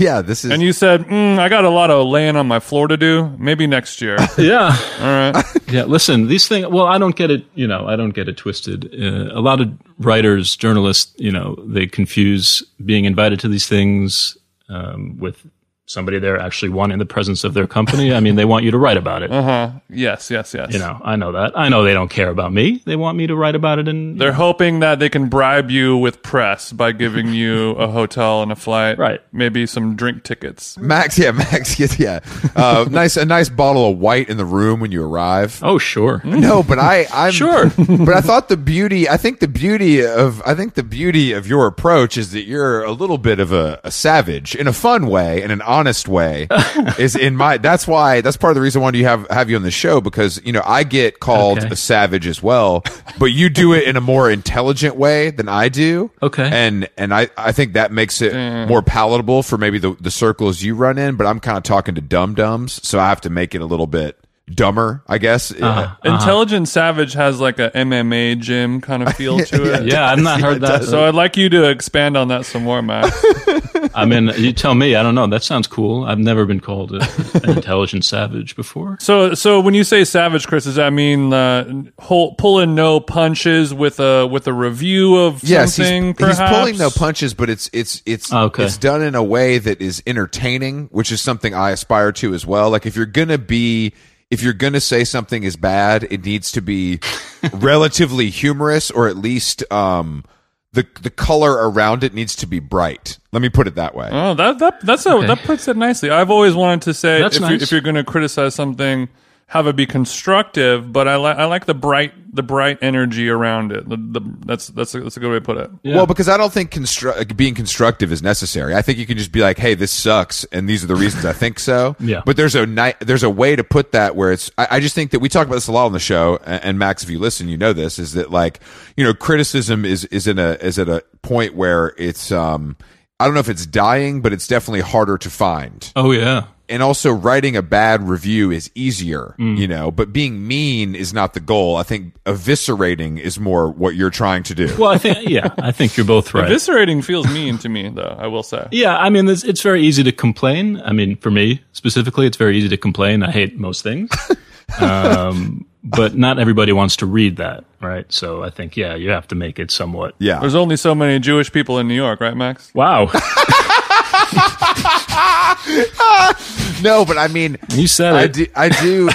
[SPEAKER 1] Yeah, this is.
[SPEAKER 2] And you said, mm, I got a lot of laying on my floor to do. Maybe next year.
[SPEAKER 3] Yeah,
[SPEAKER 2] All right.
[SPEAKER 3] yeah. Listen, these things. Well, I don't get it. You know, I don't get it twisted. Uh, a lot of writers, journalists, you know, they confuse being invited to these things um, with somebody there actually wanting the presence of their company. I mean, they want you to write about it.
[SPEAKER 2] Yes, yes, yes.
[SPEAKER 3] You know, I know that. I know they don't care about me. They want me to write about it in
[SPEAKER 2] They're hoping that they can bribe you with press by giving you a hotel and a flight.
[SPEAKER 3] Right.
[SPEAKER 2] Maybe some drink tickets.
[SPEAKER 1] Max, yeah, Max, yeah, yeah. Uh, nice, a nice bottle of white in the room when you arrive.
[SPEAKER 3] Oh, sure.
[SPEAKER 1] No, but I, I'm sure. But I thought the beauty, I think the beauty of, I think the beauty of your approach is that you're a little bit of a, a savage in a fun way, in an honest way. is in my. That's why. That's part of the reason why you have have you on the show because you know I get called
[SPEAKER 3] Okay.
[SPEAKER 1] a savage as well, but you do it in a more intelligent way than I do.
[SPEAKER 3] Okay. Mm.
[SPEAKER 1] And and I I think that makes it more palatable for maybe the the circles you run in. But I'm kind of talking to dum dums, so I have to make it a little bit dumber, I guess.
[SPEAKER 3] Uh-huh.
[SPEAKER 1] Uh-huh.
[SPEAKER 2] Intelligent Savage has like a MMA gym kind of feel to it.
[SPEAKER 3] Yeah, I've not heard that.
[SPEAKER 2] So I'd like you to expand on that some more, Max.
[SPEAKER 3] I mean, you tell me. I don't know. That sounds cool. I've never been called a, an intelligent savage before.
[SPEAKER 2] so, so when you say savage, Chris, does that mean uh, whole, pulling no punches with a with a review of
[SPEAKER 1] yes, he's,
[SPEAKER 2] something?
[SPEAKER 1] he's pulling no
[SPEAKER 2] perhaps?
[SPEAKER 1] punches, but it's it's it's
[SPEAKER 3] Okay.
[SPEAKER 1] it's done in a way that is entertaining, which is something I aspire to as well. Like if you're gonna be if you're gonna say something is bad, it needs to be relatively humorous, or at least um the the color around it needs to be bright. Let me put it that way.
[SPEAKER 2] Oh, that that that's a, that puts it nicely. I've always wanted to say
[SPEAKER 3] That's
[SPEAKER 2] if, you,
[SPEAKER 3] nice.
[SPEAKER 2] if you're going to criticize something, have it be constructive. But I like I like the bright the bright energy around it. The, the, that's that's a, that's a good way to put it.
[SPEAKER 1] Well, because I don't think constru- being constructive is necessary. I think you can just be like, "Hey, this sucks," and these are the reasons I think so.
[SPEAKER 3] Yeah.
[SPEAKER 1] But there's a ni- there's a way to put that where it's. I, I just think that we talk about this a lot on the show, a- and, Max, if you listen, you know this is that like you know criticism is is in a is at a point where it's um I don't know if it's dying, but it's definitely harder to find
[SPEAKER 3] Oh yeah.
[SPEAKER 1] and also writing a bad review is easier,
[SPEAKER 3] Mm.
[SPEAKER 1] you know, but being mean is not the goal. I think eviscerating is more what you're trying to do.
[SPEAKER 3] Well, I think yeah. I think you're both right.
[SPEAKER 2] Eviscerating feels mean to me, though. I will say.
[SPEAKER 3] yeah, I mean, it's, it's very easy to complain. I mean, for me specifically, it's very easy to complain. I hate most things, um, but not everybody wants to read that, right? So I think yeah, you have to make it somewhat.
[SPEAKER 1] yeah.
[SPEAKER 2] There's only so many Jewish people in New York, right, Max?
[SPEAKER 3] Wow,
[SPEAKER 1] No, but I mean,
[SPEAKER 3] you said
[SPEAKER 1] I
[SPEAKER 3] it.
[SPEAKER 1] do, I do,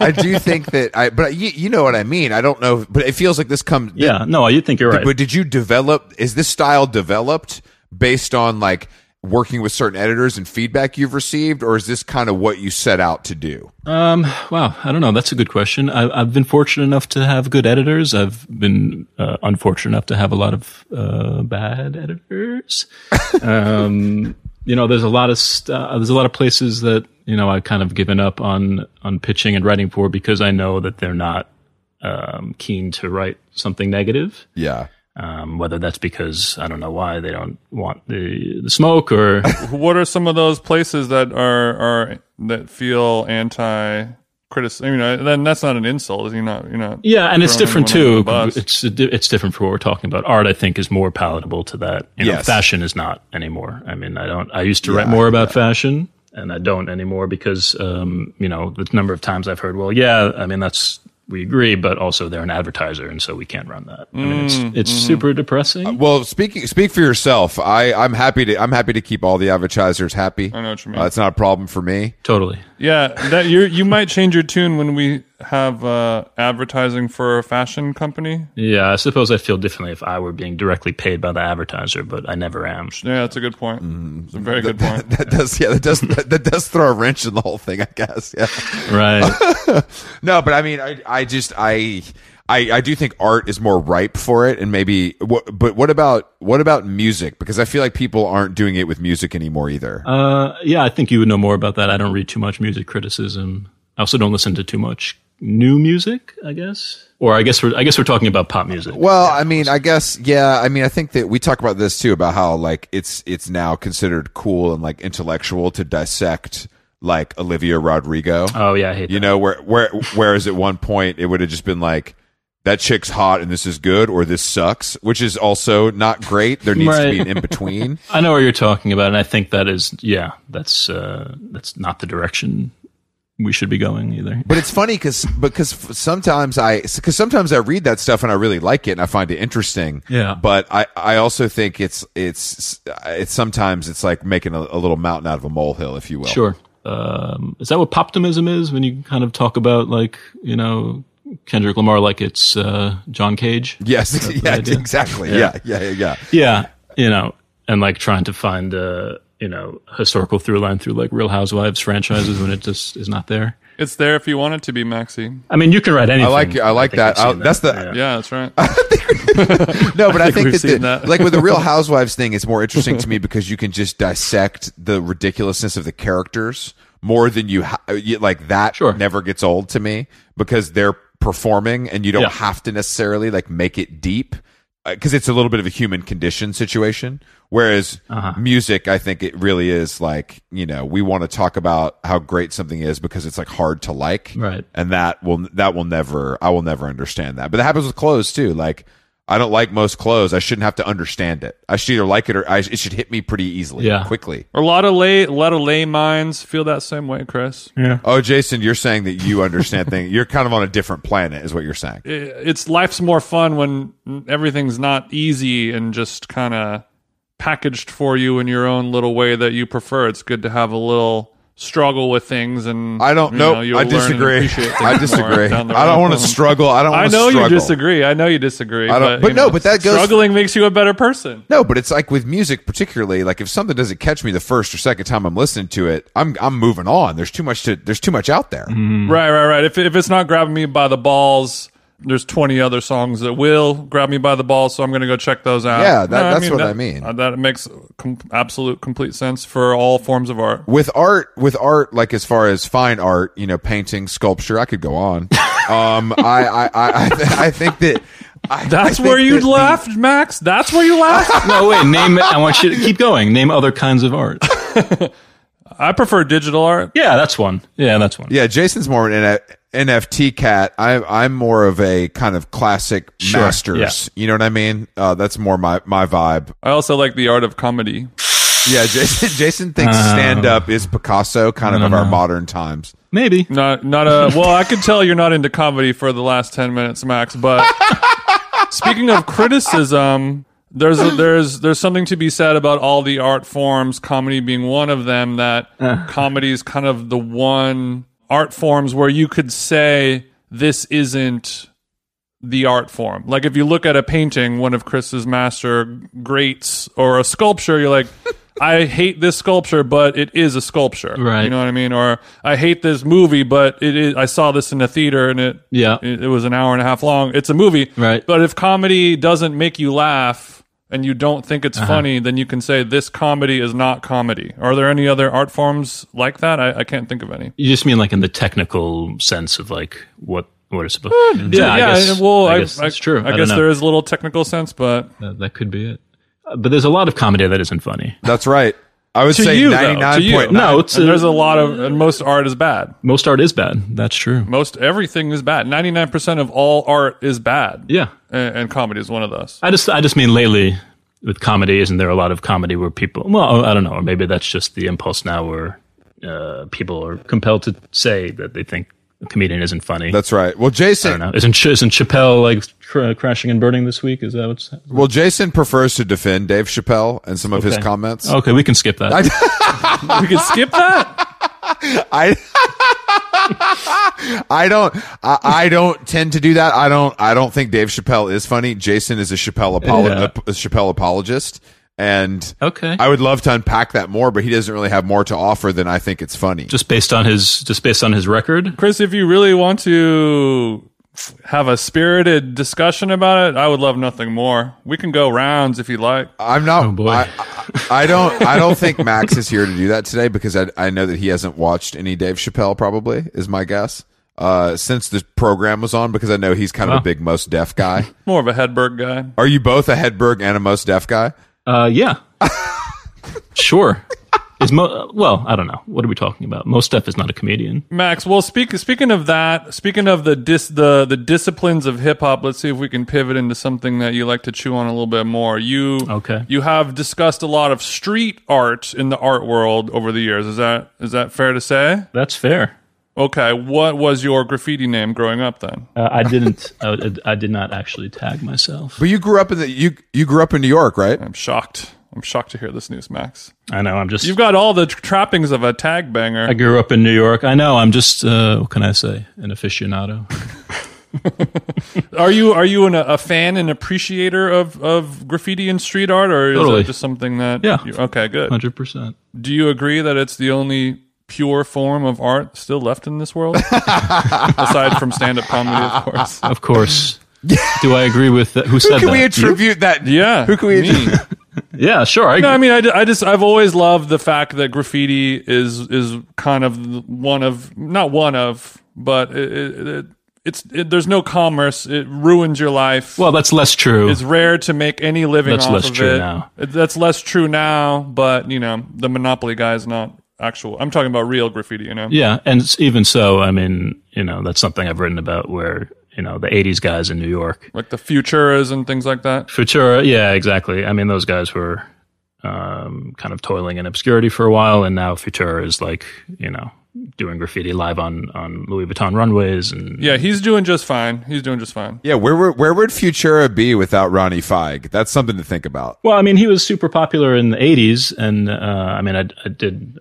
[SPEAKER 1] I do think that I. But you, you know what I mean. I don't know, but it feels like this comes.
[SPEAKER 3] yeah, no, you think you're right.
[SPEAKER 1] But did you develop? Is this style developed based on like working with certain editors and feedback you've received, or is this kind of what you set out to do?
[SPEAKER 3] Um, wow, I don't know. That's a good question. I, I've been fortunate enough to have good editors. I've been uh, unfortunate enough to have a lot of uh, bad editors. um, you know, there's a lot of st- uh, there's a lot of places that you know I've kind of given up on on pitching and writing for because I know that they're not um, keen to write something negative.
[SPEAKER 1] Yeah.
[SPEAKER 3] Um, whether that's because I don't know why they don't want the the smoke or
[SPEAKER 2] What are some of those places that are are that feel anti? Criticism, you know, then that's not an insult. You're not, you're not.
[SPEAKER 3] Yeah, and it's
[SPEAKER 2] throwing
[SPEAKER 3] different
[SPEAKER 2] everyone under
[SPEAKER 3] too.
[SPEAKER 2] the bus.
[SPEAKER 3] It's it's different for what we're talking about. Art, I think, is more palatable to that. You know,
[SPEAKER 1] Yes.
[SPEAKER 3] fashion is not anymore. I mean, I don't. I used to write more about fashion, and I don't anymore because um, you know the number of times I've heard, well, yeah, I mean that's we agree, but also they're an advertiser, and so we can't run that. I mean, it's it's super depressing.
[SPEAKER 1] Well, speak speak for yourself. I I'm happy to I'm happy to keep all the advertisers happy. I
[SPEAKER 2] know what you mean.
[SPEAKER 1] it's not a problem for me.
[SPEAKER 3] totally.
[SPEAKER 2] Yeah, that you you might change your tune when we have uh, advertising for a fashion company.
[SPEAKER 3] Yeah, I suppose I feel differently if I were being directly paid by the advertiser, but I never am.
[SPEAKER 2] Yeah, that's a good point. It's a very good point.
[SPEAKER 1] That does yeah. That does that, that does throw a wrench in the whole thing. I guess yeah.
[SPEAKER 3] Right.
[SPEAKER 1] No, but I mean, I, I just, I, I, I do think art is more ripe for it, and maybe. What, but what about what about music? Because I feel like people aren't doing it with music anymore either.
[SPEAKER 3] Uh, yeah, I think you would know more about that. I don't read too much music criticism. I also don't listen to too much new music. I guess, or I guess we're I guess we're talking about pop music.
[SPEAKER 1] well, I mean, I guess, yeah. I mean, I think that we talk about this too about how like it's it's now considered cool and like intellectual to dissect like Olivia Rodrigo.
[SPEAKER 3] oh yeah, I hate
[SPEAKER 1] you
[SPEAKER 3] that.
[SPEAKER 1] know, where where whereas at one point it would have just been like. That chick's hot and this is good, or this sucks, which is also not great. There needs to
[SPEAKER 3] Right.
[SPEAKER 1] be an in between.
[SPEAKER 3] I know what you're talking about, and I think that is yeah, that's uh, that's not the direction we should be going either.
[SPEAKER 1] But it's funny because because sometimes I because sometimes I read that stuff and I really like it and I find it interesting.
[SPEAKER 3] Yeah.
[SPEAKER 1] But I I also think it's it's uh, it's sometimes it's like making a, a little mountain out of a molehill, if you will.
[SPEAKER 3] Sure. Um, is that what poptimism is when you kind of talk about like you know Kendrick Lamar like it's uh, John Cage?
[SPEAKER 1] Yes. Yeah.
[SPEAKER 3] idea.
[SPEAKER 1] Exactly. Yeah. Yeah. Yeah. Yeah.
[SPEAKER 3] Yeah, you know, and like trying to find uh, you know historical through line through like Real Housewives franchises when it just is not there.
[SPEAKER 2] It's there if you want it to be, Maxie.
[SPEAKER 3] I mean, you can write anything.
[SPEAKER 1] I like I like
[SPEAKER 3] think
[SPEAKER 1] that.
[SPEAKER 3] I've seen
[SPEAKER 1] I, that's the
[SPEAKER 2] Yeah, that's right.
[SPEAKER 1] no, but I think,
[SPEAKER 2] we've
[SPEAKER 1] that, the,
[SPEAKER 2] seen that.
[SPEAKER 1] like with the Real Housewives thing, it's more interesting to me because you can just dissect the ridiculousness of the characters more than you, ha- uh, you like. That
[SPEAKER 3] Sure.
[SPEAKER 1] never gets old to me because they're performing, and you don't
[SPEAKER 3] Yeah.
[SPEAKER 1] have to necessarily like make it deep because it's a little bit of a human condition situation. Whereas music, I think it really is like you know we want to talk about how great something is because it's like hard to like,
[SPEAKER 3] Right.
[SPEAKER 1] and that will that will never I will never understand that. But that happens with clothes too. Like I don't like most clothes. I shouldn't have to understand it. I should either like it or I, it should hit me pretty easily,
[SPEAKER 3] Yeah.
[SPEAKER 1] quickly.
[SPEAKER 2] a lot of lay a lot of lay minds feel that same way, Chris.
[SPEAKER 1] Oh, Jason, you're saying that you understand things. You're kind of on a different planet, is what you're saying.
[SPEAKER 2] it's life's more fun when everything's not easy and just kind of packaged for you in your own little way that you prefer. It's good to have a little struggle with things and
[SPEAKER 1] I don't
[SPEAKER 2] you
[SPEAKER 1] know.
[SPEAKER 2] you'll
[SPEAKER 1] I
[SPEAKER 2] learn and
[SPEAKER 1] disagree.
[SPEAKER 2] appreciate things
[SPEAKER 1] I
[SPEAKER 2] more
[SPEAKER 1] disagree.
[SPEAKER 2] down the
[SPEAKER 1] I don't
[SPEAKER 2] road.
[SPEAKER 1] want to struggle. I don't.
[SPEAKER 2] I
[SPEAKER 1] wanna
[SPEAKER 2] know you
[SPEAKER 1] struggle.
[SPEAKER 2] disagree. I know you disagree.
[SPEAKER 1] I don't-
[SPEAKER 2] but
[SPEAKER 1] but
[SPEAKER 2] you
[SPEAKER 1] no,
[SPEAKER 2] know,
[SPEAKER 1] but that goes-
[SPEAKER 2] struggling makes you a better person.
[SPEAKER 1] No, but it's like with music, particularly like if something doesn't catch me the first or second time I'm listening to it, I'm I'm moving on. There's too much to there's too much out
[SPEAKER 2] Mm-hmm.
[SPEAKER 1] there.
[SPEAKER 2] Right, right, right. If if it's not grabbing me by the balls. There's 20 other songs that will grab me by the balls, so I'm going to go check those out.
[SPEAKER 1] Yeah, that- that's what I mean.
[SPEAKER 2] uh, that makes com- absolute complete sense for all forms of art.
[SPEAKER 1] With art, with art, like as far as fine art, you know, painting, sculpture, I could go on. um, I I I, I, th- I think that I, I
[SPEAKER 2] That's
[SPEAKER 1] think
[SPEAKER 2] where you
[SPEAKER 1] that the-
[SPEAKER 2] laughed, Max. That's where you laughed.
[SPEAKER 3] No, wait. Name. I want you to keep going. Name other kinds of art.
[SPEAKER 2] I prefer digital art.
[SPEAKER 3] Yeah, that's one. Yeah, that's one.
[SPEAKER 1] Yeah, Jason's more of an N- NFT cat. I'm I'm more of a kind of classic masters. You know what I mean? Uh, that's more my my vibe.
[SPEAKER 2] I also like the art of comedy.
[SPEAKER 1] Yeah, Jason Jason thinks
[SPEAKER 2] Uh,
[SPEAKER 1] stand up is Picasso, kind of of our modern times.
[SPEAKER 3] Maybe.
[SPEAKER 2] Not not a well, I could tell you're not into comedy for the last 10 minutes, Max, but speaking of criticism, there's a, there's there's something to be said about all the art forms, comedy being one of them that comedy is kind of the one art forms where you could say this isn't the art form. Like if you look at a painting, one of Chris's master greats, or a sculpture, you're like, I hate this sculpture, but it is a sculpture.
[SPEAKER 3] Right.
[SPEAKER 2] You know what I mean? Or I hate this movie, but it is. I saw this in a theater, and it
[SPEAKER 3] Yeah.
[SPEAKER 2] it, it was an hour and a half long. It's a movie.
[SPEAKER 3] Right.
[SPEAKER 2] But if comedy doesn't make you laugh. And you don't think
[SPEAKER 3] Uh-huh.
[SPEAKER 2] it's funny, then you can say this comedy is not comedy. Are there any other art forms like that? I, I can't think of any.
[SPEAKER 3] You just mean like in the technical sense of like what what it's supposed.
[SPEAKER 2] Eh, yeah,
[SPEAKER 3] I guess,
[SPEAKER 2] well,
[SPEAKER 3] I
[SPEAKER 2] I-
[SPEAKER 3] guess
[SPEAKER 2] I-
[SPEAKER 3] that's true.
[SPEAKER 2] I,
[SPEAKER 3] don't
[SPEAKER 2] guess
[SPEAKER 3] know.
[SPEAKER 2] there is a little technical sense, but
[SPEAKER 3] That, that could be it. Uh, But there's a lot of comedy that isn't funny.
[SPEAKER 1] That's right. I would
[SPEAKER 2] to
[SPEAKER 1] say
[SPEAKER 2] you, though,
[SPEAKER 1] ninety
[SPEAKER 2] to
[SPEAKER 1] nine
[SPEAKER 2] you.
[SPEAKER 1] point
[SPEAKER 3] No, it's
[SPEAKER 2] And there's a lot of and most art is bad.
[SPEAKER 3] uh, most art is bad. That's true.
[SPEAKER 2] Most everything is bad. Ninety nine percent of all art is bad.
[SPEAKER 3] Yeah.
[SPEAKER 2] and, and comedy is one of those.
[SPEAKER 3] I just I just mean lately with comedy, isn't there a lot of comedy where people? Well, I don't know, or maybe that's just the impulse now where uh, people are compelled to say that they think a comedian isn't funny.
[SPEAKER 1] That's right. Well,
[SPEAKER 3] I don't
[SPEAKER 1] Jason.
[SPEAKER 3] know. Isn't Ch- isn't Chappelle like cr- crashing and burning this week? Is that what's
[SPEAKER 1] Well, Jason prefers to defend Dave Chappelle and some of his comments.
[SPEAKER 2] Oh,
[SPEAKER 3] okay? We can skip that.
[SPEAKER 2] we could skip that.
[SPEAKER 1] I I don't I, I don't tend to do that. I don't I don't think Dave Chappelle is funny. Jason is a Chappelle apolo-
[SPEAKER 3] Yeah.
[SPEAKER 1] a Chappelle apologist and
[SPEAKER 3] okay,
[SPEAKER 1] I would love to unpack that more, but he doesn't really have more to offer than I think it's funny.
[SPEAKER 3] just based on his just based on his record.
[SPEAKER 2] Chris, if you really want to have a spirited discussion about it, I would love nothing more. We can go rounds if you'd like.
[SPEAKER 1] I'm not.
[SPEAKER 3] oh, boy.
[SPEAKER 1] I, I, I don't. I don't think Max is here to do that today because I, I know that he hasn't watched any Dave Chappelle. Probably is my guess. Uh, since the program was on, because I know he's kind of a big most deaf guy.
[SPEAKER 2] More of a Hedberg guy.
[SPEAKER 1] Are you both a Hedberg and a most deaf guy?
[SPEAKER 3] Uh, yeah, sure. Is mo- well, I don't know. What are we talking about? Most Def is not a comedian.
[SPEAKER 2] Max, well, speak, speaking of that, speaking of the dis, the the disciplines of hip hop, let's see if we can pivot into something that you like to chew on a little bit more. You
[SPEAKER 3] Okay.
[SPEAKER 2] You have discussed a lot of street art in the art world over the years. Is that is that fair to say?
[SPEAKER 3] That's fair.
[SPEAKER 2] Okay, what was your graffiti name growing up then?
[SPEAKER 3] Uh, I didn't. I, I did not actually tag myself.
[SPEAKER 1] But you grew up in the you you grew up in New York, right?
[SPEAKER 2] I'm shocked. I'm shocked to hear this news, Max.
[SPEAKER 3] I know. I'm just.
[SPEAKER 2] You've got all the tr- trappings of a tag banger.
[SPEAKER 3] I grew up in New York. I know. I'm just. Uh, what can I say? An aficionado.
[SPEAKER 2] Are you are you an, a fan and appreciator of, of graffiti and street art, or is
[SPEAKER 3] Totally.
[SPEAKER 2] it just something that?
[SPEAKER 3] Yeah.
[SPEAKER 2] You, okay, good.
[SPEAKER 3] Hundred percent.
[SPEAKER 2] Do you agree that it's the only pure form of art still left in this world, aside from stand up comedy, of course?
[SPEAKER 3] Of course. Do I agree with that? Who said
[SPEAKER 1] Can
[SPEAKER 3] that?
[SPEAKER 1] we attribute that?
[SPEAKER 2] Yeah.
[SPEAKER 1] Who can we?
[SPEAKER 2] me?
[SPEAKER 3] yeah, sure. I,
[SPEAKER 2] No,
[SPEAKER 3] agree.
[SPEAKER 2] I mean, I, ju- I just I've always loved the fact that graffiti is is kind of one of not one of, but it, it, it, it's it, there's no commerce. It ruins your life.
[SPEAKER 3] well, that's less true.
[SPEAKER 2] it's rare to make any living
[SPEAKER 3] That's
[SPEAKER 2] off
[SPEAKER 3] less
[SPEAKER 2] of
[SPEAKER 3] true
[SPEAKER 2] it.
[SPEAKER 3] now.
[SPEAKER 2] It- That's less true now, but you know, the monopoly guy is not actual. I'm talking about real graffiti, you know.
[SPEAKER 3] Yeah, and s- even so, I mean, you know, that's something I've written about where you know the '80s guys in New York,
[SPEAKER 2] Like the Futuras and things like that.
[SPEAKER 3] Futura. Yeah, exactly. I mean, those guys were um, kind of toiling in obscurity for a while, and now Futura is like you know doing graffiti live on on Louis Vuitton runways and
[SPEAKER 2] Yeah, he's doing just fine. He's doing just fine.
[SPEAKER 1] Yeah, where would where would Futura be without Ronnie Feig? That's something to think about.
[SPEAKER 3] Well, I mean, he was super popular in the '80s, and uh, I mean, I, I did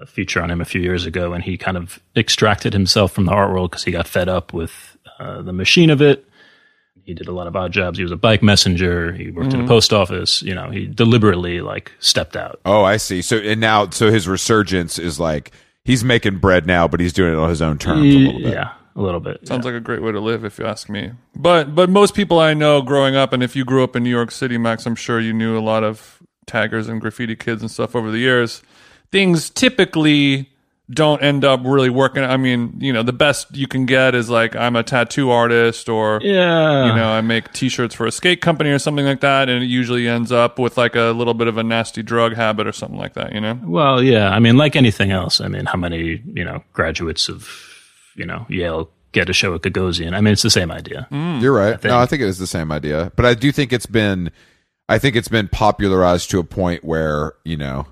[SPEAKER 3] a feature on him a few years ago, and he kind of extracted himself from the art world because he got fed up with uh, the machine of it. He did a lot of odd jobs. He was a bike messenger. He worked in a post office. You know, he deliberately like stepped out.
[SPEAKER 1] Oh, I see. So and now, so his resurgence is like he's making bread now, but he's doing it on his own terms a little bit.
[SPEAKER 3] Yeah, a little bit.
[SPEAKER 2] Sounds like a great way to live, if you ask me. But but most people I know growing up, and if you grew up in New York City, Max, I'm sure you knew a lot of taggers and graffiti kids and stuff over the years. Things typically don't end up really working. I mean, you know, the best you can get is like I'm a tattoo artist, or
[SPEAKER 3] yeah,
[SPEAKER 2] you know, I make T-shirts for a skate company or something like that, and it usually ends up with like a little bit of a nasty drug habit or something like that. You know,
[SPEAKER 3] Well, yeah. I mean, like anything else, I mean, how many, you know, graduates of, you know, Yale get a show at Gagosian? I mean, it's the same idea.
[SPEAKER 1] You're right. no, Hmm, I think it is the same idea, but I do think it's been, I think it's been popularized to a point where you know,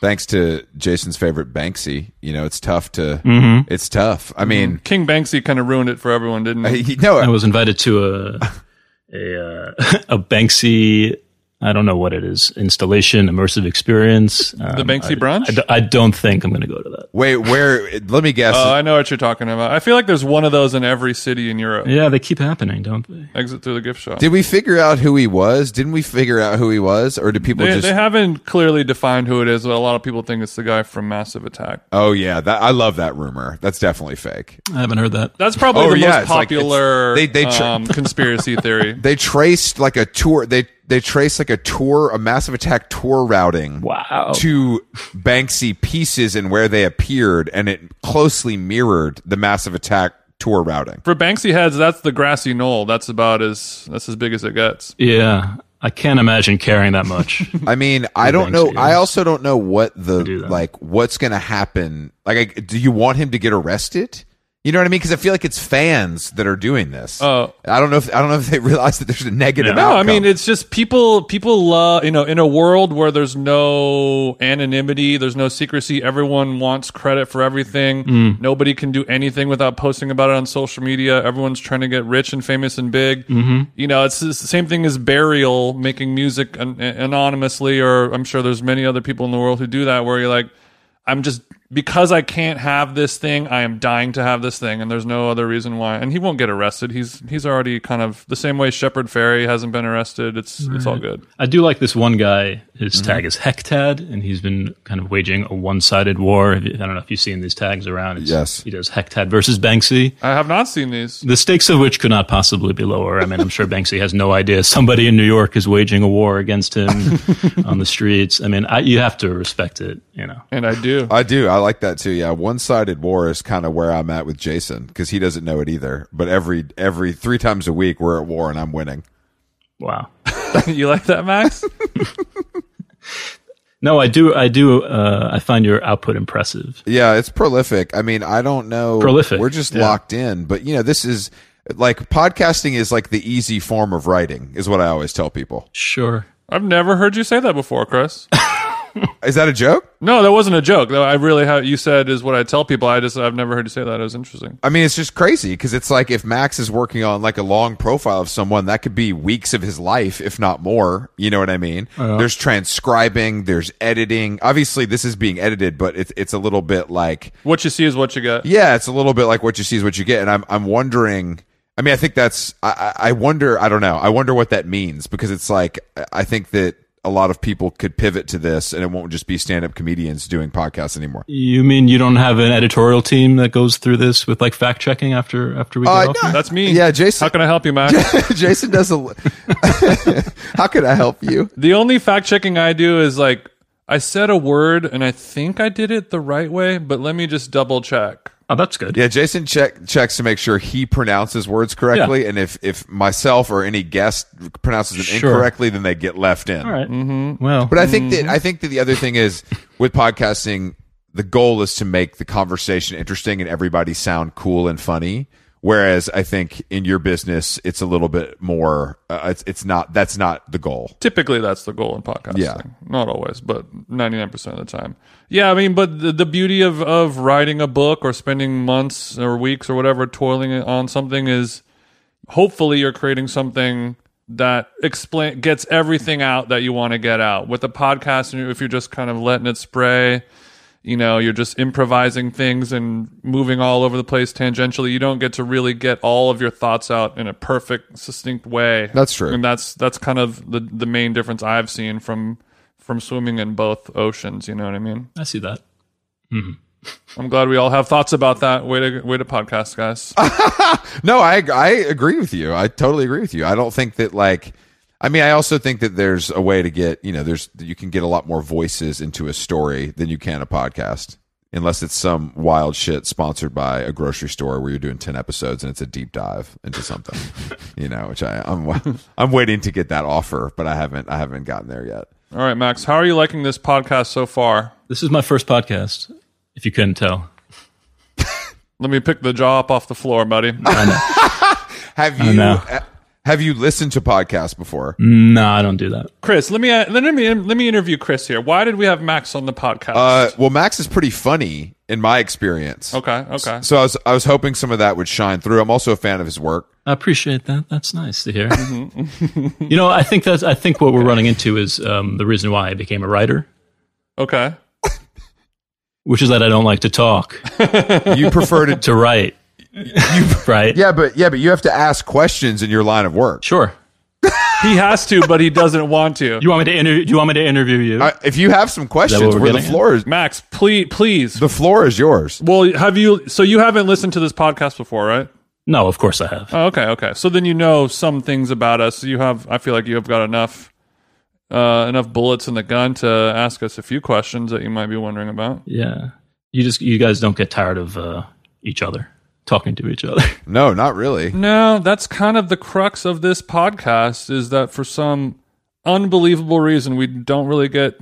[SPEAKER 1] thanks to Jason's favorite Banksy, you know, it's tough to, it's tough. I mean,
[SPEAKER 2] King Banksy kind of ruined it for everyone, didn't he?
[SPEAKER 1] he- no,
[SPEAKER 3] I was invited to a a uh, a Banksy. I don't know what it is. Installation, immersive experience.
[SPEAKER 2] The
[SPEAKER 3] Um,
[SPEAKER 2] Banksy
[SPEAKER 3] I,
[SPEAKER 2] brunch.
[SPEAKER 3] I, d- I don't think I'm going to go to that.
[SPEAKER 1] wait, where? Let me guess.
[SPEAKER 2] Oh, I know what you're talking about. I feel like there's one of those in every city in Europe.
[SPEAKER 3] Yeah, they keep happening, don't they?
[SPEAKER 2] Exit through the gift shop.
[SPEAKER 1] did we figure out who he was? Didn't we figure out who he was, or did people
[SPEAKER 2] They,
[SPEAKER 1] just?
[SPEAKER 2] they haven't clearly defined who it is, but a lot of people think it's the guy from Massive Attack.
[SPEAKER 1] oh yeah, that I love that rumor. That's definitely fake.
[SPEAKER 3] I haven't heard that.
[SPEAKER 2] That's probably
[SPEAKER 1] Oh,
[SPEAKER 2] the
[SPEAKER 1] yeah,
[SPEAKER 2] most
[SPEAKER 1] it's like- it's-
[SPEAKER 2] popular
[SPEAKER 1] they- they tr-
[SPEAKER 2] um, conspiracy theory.
[SPEAKER 1] They traced like a tour. They they traced like a tour, a massive attack tour routing.
[SPEAKER 3] Wow.
[SPEAKER 1] to Banksy pieces and where they appeared, and it closely mirrored the massive attack tour routing.
[SPEAKER 2] For Banksy heads, that's the grassy knoll. That's about as that's as big as it gets.
[SPEAKER 3] Yeah, I can't imagine carrying that much.
[SPEAKER 1] I mean, I don't know.
[SPEAKER 3] Banksy
[SPEAKER 1] I
[SPEAKER 3] is.
[SPEAKER 1] also don't know what the
[SPEAKER 3] do that.
[SPEAKER 1] like what's going to happen. Like, I, do you want him to get arrested? You know what I mean? Because I feel like it's fans that are doing this.
[SPEAKER 2] Oh.
[SPEAKER 1] I don't know. If, I don't know if they realize that there's a negative.
[SPEAKER 2] No, I
[SPEAKER 1] outcome.
[SPEAKER 2] mean it's just people. People love you know in a world where there's no anonymity, there's no secrecy. Everyone wants credit for everything. Nobody can do anything without posting about it on social media. Everyone's trying to get rich and famous and big. Mm-hmm. You know, it's the same thing as Burial making music an- anonymously, or I'm sure there's many other people in the world who do that. Where you're like, I'm just because I can't have this thing, I am dying to have this thing, and there's no other reason why. And he won't get arrested. He's he's already kind of the same way Shepard Ferry hasn't been arrested. It's it's all good.
[SPEAKER 3] I do like this one guy. His
[SPEAKER 1] Mm-hmm.
[SPEAKER 3] tag is Hectad, and he's been kind of waging a one-sided war. I don't know if you've seen these tags around. It's,
[SPEAKER 1] Yes.
[SPEAKER 3] he does Hectad versus Banksy.
[SPEAKER 2] I have not seen these.
[SPEAKER 3] The stakes of which could not possibly be lower. I mean, I'm sure Banksy has no idea somebody in New York is waging a war against him on the streets. I mean, I, you have to respect it. You know,
[SPEAKER 2] And I do.
[SPEAKER 1] I do. I like that too. Yeah, one-sided war is kind of where I'm at with Jason because he doesn't know it either. But every every three times a week we're at war and I'm winning.
[SPEAKER 3] wow.
[SPEAKER 2] you like that, Max?
[SPEAKER 3] No, I do. I do. Uh, I find your output impressive.
[SPEAKER 1] Yeah, it's prolific. I mean, I don't know.
[SPEAKER 3] Prolific,
[SPEAKER 1] We're just
[SPEAKER 3] yeah.
[SPEAKER 1] locked in. But you know, this is like podcasting is like the easy form of writing is what I always tell people.
[SPEAKER 3] Sure.
[SPEAKER 2] I've never heard you say that before, Chris.
[SPEAKER 1] Is that a joke?
[SPEAKER 2] No, that wasn't a joke. Though I really how you said is what I tell people. I just I've never heard you say that. It was interesting.
[SPEAKER 1] I mean, it's just crazy because it's like if Max is working on like a long profile of someone, that could be weeks of his life, if not more. You know what I mean? There's transcribing, there's editing. Obviously, this is being edited, but it's it's a little bit like
[SPEAKER 2] What you see is what you get.
[SPEAKER 1] yeah, it's a little bit like what you see is what you get. And I'm I'm wondering. I mean, I think that's. I, I I wonder. I don't know. I wonder what that means because it's like I- I think that a lot of people could pivot to this, and it won't just be stand up comedians doing podcasts anymore.
[SPEAKER 3] You mean you don't have an editorial team that goes through this with like fact checking after after we get
[SPEAKER 1] Uh,
[SPEAKER 3] off?
[SPEAKER 1] no.
[SPEAKER 3] here?
[SPEAKER 2] That's me.
[SPEAKER 1] Yeah, Jason-
[SPEAKER 2] How can I help you, Max?
[SPEAKER 1] Jason does a. How can I help you?
[SPEAKER 2] The only fact checking I do is like I said a word and I think I did it the right way, but let me just double check.
[SPEAKER 3] Oh, that's good.
[SPEAKER 1] Yeah, Jason check checks to make sure he pronounces words correctly, and if if myself or any guest pronounces them
[SPEAKER 3] Sure.
[SPEAKER 1] incorrectly, then they get left in.
[SPEAKER 3] All Mm-hmm. Well,
[SPEAKER 1] But I think that I think that the other thing is with podcasting, the goal is to make the conversation interesting and everybody sound cool and funny. Whereas I think in your business, it's a little bit more. Uh, it's it's not that's not the goal.
[SPEAKER 2] Typically, that's the goal in podcasting.
[SPEAKER 1] Yeah.
[SPEAKER 2] Not always, but 99% of the time. Yeah, I mean, but the, the beauty of, of writing a book or spending months or weeks or whatever toiling on something is hopefully you're creating something that explain gets everything out that you want to get out. With a podcast, and if you're just kind of letting it spray, you know, you're just improvising things and moving all over the place tangentially, you don't get to really get all of your thoughts out in a perfect, succinct way.
[SPEAKER 1] That's true.
[SPEAKER 2] And that's that's kind of the the main difference I've seen from from swimming in both oceans, you know what I mean?
[SPEAKER 3] I see that.
[SPEAKER 2] I'm glad we all have thoughts about that. Way to way to podcast, guys.
[SPEAKER 1] No, I I agree with you. I totally agree with you. I don't think that like. I mean, I also think that there's a way to get you know there's you can get a lot more voices into a story than you can a podcast, unless it's some wild shit sponsored by a grocery store where you're doing ten episodes and it's a deep dive into something, you know. Which I I'm I'm waiting to get that offer, but I haven't I haven't gotten there yet.
[SPEAKER 2] all right, Max, how are you liking this podcast so far?
[SPEAKER 3] This is my first podcast. If you couldn't tell,
[SPEAKER 2] Let me pick the jaw up off the floor, buddy.
[SPEAKER 1] Have you
[SPEAKER 3] know.
[SPEAKER 1] uh, have you listened to podcasts before?
[SPEAKER 3] no, I don't do that.
[SPEAKER 2] Chris, let me uh, let me let me interview Chris here. Why did we have Max on the podcast?
[SPEAKER 1] Uh, well, Max is pretty funny in my experience.
[SPEAKER 2] okay, okay.
[SPEAKER 1] So I was I was hoping some of that would shine through. I'm also a fan of his work.
[SPEAKER 3] I appreciate that. That's nice to hear. you know, I think that's. I think what we're running into is um, the reason why I became a writer,
[SPEAKER 2] Okay.
[SPEAKER 3] which is that I don't like to talk
[SPEAKER 1] You prefer to
[SPEAKER 3] to write. right?
[SPEAKER 1] Yeah, but yeah, but you have to ask questions in your line of work.
[SPEAKER 3] Sure.
[SPEAKER 2] He has to, but he doesn't want to.
[SPEAKER 3] You want me to interview? Do you want me to interview you?
[SPEAKER 1] I, if you have some questions,
[SPEAKER 3] we're
[SPEAKER 1] where the
[SPEAKER 3] getting at?
[SPEAKER 1] floor is
[SPEAKER 2] Max, please please.
[SPEAKER 1] the floor is yours.
[SPEAKER 2] Well, have you so you haven't listened to this podcast before, right?
[SPEAKER 3] no, of course I have.
[SPEAKER 2] Oh, okay, okay. So then you know some things about us. You have I feel like you have got enough uh, enough bullets in the gun to ask us a few questions that you might be wondering about.
[SPEAKER 3] Yeah. You just you guys don't get tired of uh, each other talking to each other.
[SPEAKER 1] No, not really.
[SPEAKER 2] No, that's kind of the crux of this podcast is that for some unbelievable reason we don't really get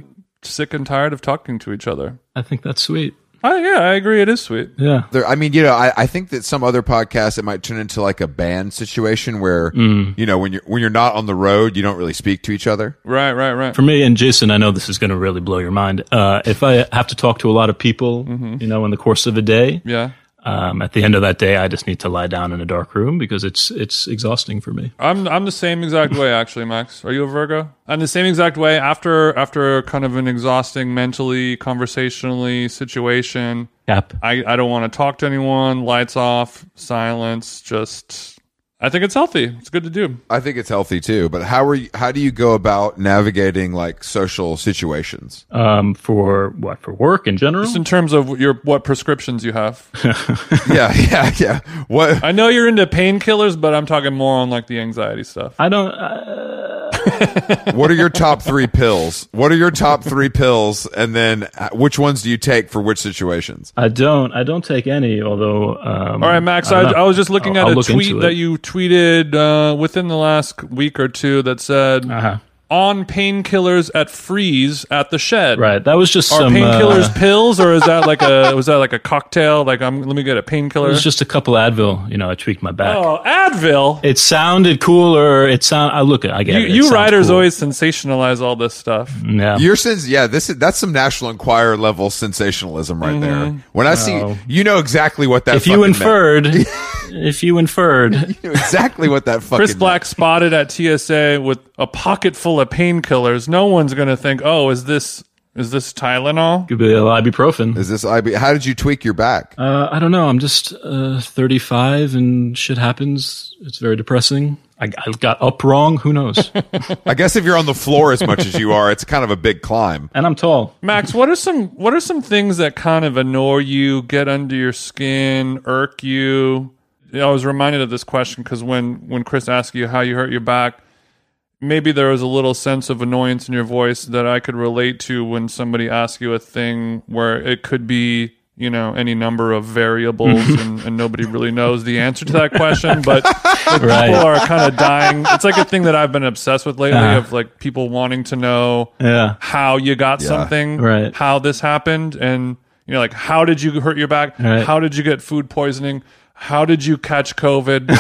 [SPEAKER 2] sick and tired of talking to each other.
[SPEAKER 3] I think that's sweet.
[SPEAKER 2] I, yeah, I agree. It is sweet.
[SPEAKER 3] Yeah.
[SPEAKER 1] There, I mean, you know, I, I think that some other podcasts it might turn into like a band situation where you know when you're when you're not on the road, you don't really speak to each other.
[SPEAKER 2] Right, right, right.
[SPEAKER 3] For me and Jason, I know this is going to really blow your mind. Uh, if I have to talk to a lot of people,
[SPEAKER 2] Mm-hmm.
[SPEAKER 3] you know, in the course of a day,
[SPEAKER 2] yeah.
[SPEAKER 3] um, at the end of that day, I just need to lie down in a dark room because it's it's exhausting for me.
[SPEAKER 2] I'm I'm the same exact way actually, Max. Are you a Virgo? I'm the same exact way after after kind of an exhausting mentally, conversationally situation.
[SPEAKER 3] Yep.
[SPEAKER 2] I, I don't want to talk to anyone, lights off, silence, just I think it's healthy. It's good to do.
[SPEAKER 1] I think it's healthy too. But how are you, how do you go about navigating like social situations?
[SPEAKER 3] Um, for what? For work in general?
[SPEAKER 2] Just in terms of your what prescriptions you have.
[SPEAKER 1] yeah, yeah, yeah. What?
[SPEAKER 2] I know you're into painkillers, but I'm talking more on like the anxiety stuff.
[SPEAKER 3] I don't. I,
[SPEAKER 1] What are your top three pills? What are your top three pills? And then uh, which ones do you take for which situations?
[SPEAKER 3] I don't. I don't take any. Although. Um,
[SPEAKER 2] All right, Max. I,
[SPEAKER 3] don't
[SPEAKER 2] I,
[SPEAKER 3] know.
[SPEAKER 2] was just looking at
[SPEAKER 3] I'll- I'll
[SPEAKER 2] a
[SPEAKER 3] look
[SPEAKER 2] tweet
[SPEAKER 3] into
[SPEAKER 2] that
[SPEAKER 3] it.
[SPEAKER 2] you tweeted uh, within the last week or two that said
[SPEAKER 3] Uh-huh.
[SPEAKER 2] on painkillers at freeze at the shed.
[SPEAKER 3] Right. That was just
[SPEAKER 2] Are
[SPEAKER 3] some.
[SPEAKER 2] painkillers
[SPEAKER 3] uh,
[SPEAKER 2] pills, or is that like a was that like a cocktail? Like, I'm let me get a painkiller.
[SPEAKER 3] it was just a couple Advil. You know, I tweaked my back.
[SPEAKER 2] oh, Advil.
[SPEAKER 3] It sounded cooler. It sound. I look. I get
[SPEAKER 2] you
[SPEAKER 3] it. It
[SPEAKER 2] you
[SPEAKER 3] sounds
[SPEAKER 2] writers
[SPEAKER 3] cool.
[SPEAKER 2] always sensationalize all this stuff.
[SPEAKER 3] Yeah.
[SPEAKER 1] Your sins, yeah. This is that's some National Enquirer level sensationalism right there. When I see, you know exactly what that.
[SPEAKER 3] Mm-hmm. if you
[SPEAKER 1] fucking
[SPEAKER 3] inferred, if you inferred,
[SPEAKER 1] meant. you know exactly what that fucking.
[SPEAKER 2] Chris Black spotted at TSA with a pocket full of painkillers. No one's gonna think, oh, is this is this Tylenol?
[SPEAKER 3] could be a ibuprofen.
[SPEAKER 1] is this IB? How did you tweak your back?
[SPEAKER 3] Uh, I don't know. I'm just uh, 35 and shit happens. It's very depressing. I, I got up wrong. Who knows?
[SPEAKER 1] I guess if you're on the floor as much as you are, it's kind of a big climb.
[SPEAKER 3] and I'm tall.
[SPEAKER 2] Max, what are some what are some things that kind of annoy you, get under your skin, irk you? You know, I was reminded of this question because when when Chris asked you how you hurt your back, maybe there was a little sense of annoyance in your voice that I could relate to when somebody asks you a thing where it could be you know any number of variables and, and nobody really knows the answer to that question but people
[SPEAKER 3] Right.
[SPEAKER 2] are kind of dying it's like a thing that i've been obsessed with lately of like people wanting to know
[SPEAKER 3] Yeah.
[SPEAKER 2] how you got something,
[SPEAKER 3] right.
[SPEAKER 2] how this happened, and you know, like how did you hurt your back?
[SPEAKER 3] Right.
[SPEAKER 2] How did you get food poisoning? How did you catch COVID?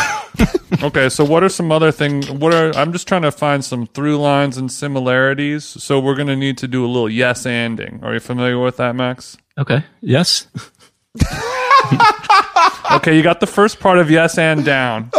[SPEAKER 2] okay, so what are some other things? What are I'm just trying to find some through lines and similarities. So we're gonna need to do a little yes anding. Are you familiar with that, Max?
[SPEAKER 3] Okay. Yes.
[SPEAKER 2] Okay, you got the first part of yes and down.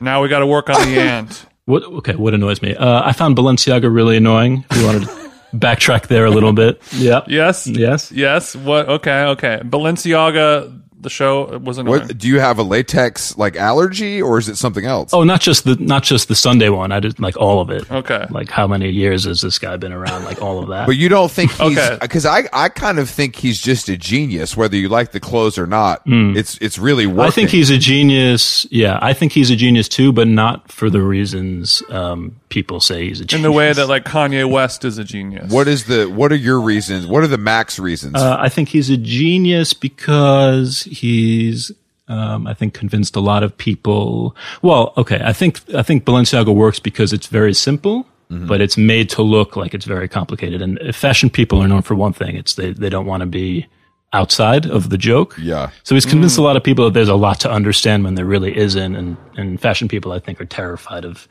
[SPEAKER 2] now we got to work on the and.
[SPEAKER 3] What? Okay. What annoys me? Uh, I found Balenciaga really annoying. We wanted to backtrack there a little bit. Yeah.
[SPEAKER 2] Yes,
[SPEAKER 3] Yes.
[SPEAKER 2] yes. What? Okay, okay. Balenciaga, the show was annoying.
[SPEAKER 1] What do you have a latex like allergy, or is it something else?
[SPEAKER 3] Oh, not just the not just the Sunday one. I did like all of it.
[SPEAKER 2] Okay.
[SPEAKER 3] Like how many years has this guy been around? Like all of that.
[SPEAKER 1] But you don't think he's
[SPEAKER 2] Okay.
[SPEAKER 1] because I, I kind of think he's just a genius, whether you like the clothes or not. It's it's really working.
[SPEAKER 3] Hmm. I think he's a genius. Yeah, I think he's a genius too, but not for the reasons um, people say he's a genius.
[SPEAKER 2] in the way that like Kanye West is a genius.
[SPEAKER 1] What is the what are your reasons? What are the max reasons?
[SPEAKER 3] Uh, I think he's a genius because he's, um, I think, convinced a lot of people. Well, okay, I think I think Balenciaga works because it's very simple, but it's made to look like it's very complicated. And uh, fashion people are known for one thing: it's they they don't want to be outside of the joke.
[SPEAKER 1] Yeah.
[SPEAKER 3] So he's convinced a lot of people that there's a lot to understand when there really isn't. And and fashion people, I think, are terrified of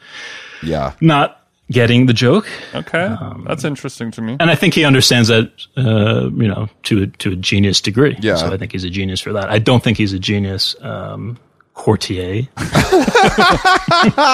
[SPEAKER 1] yeah.
[SPEAKER 3] not getting the joke.
[SPEAKER 2] Okay, that's interesting to me.
[SPEAKER 3] and I think he understands that, uh, you know, to a, to a genius degree.
[SPEAKER 1] Yeah.
[SPEAKER 3] So I think he's a genius for that. I don't think he's a genius um, courtier.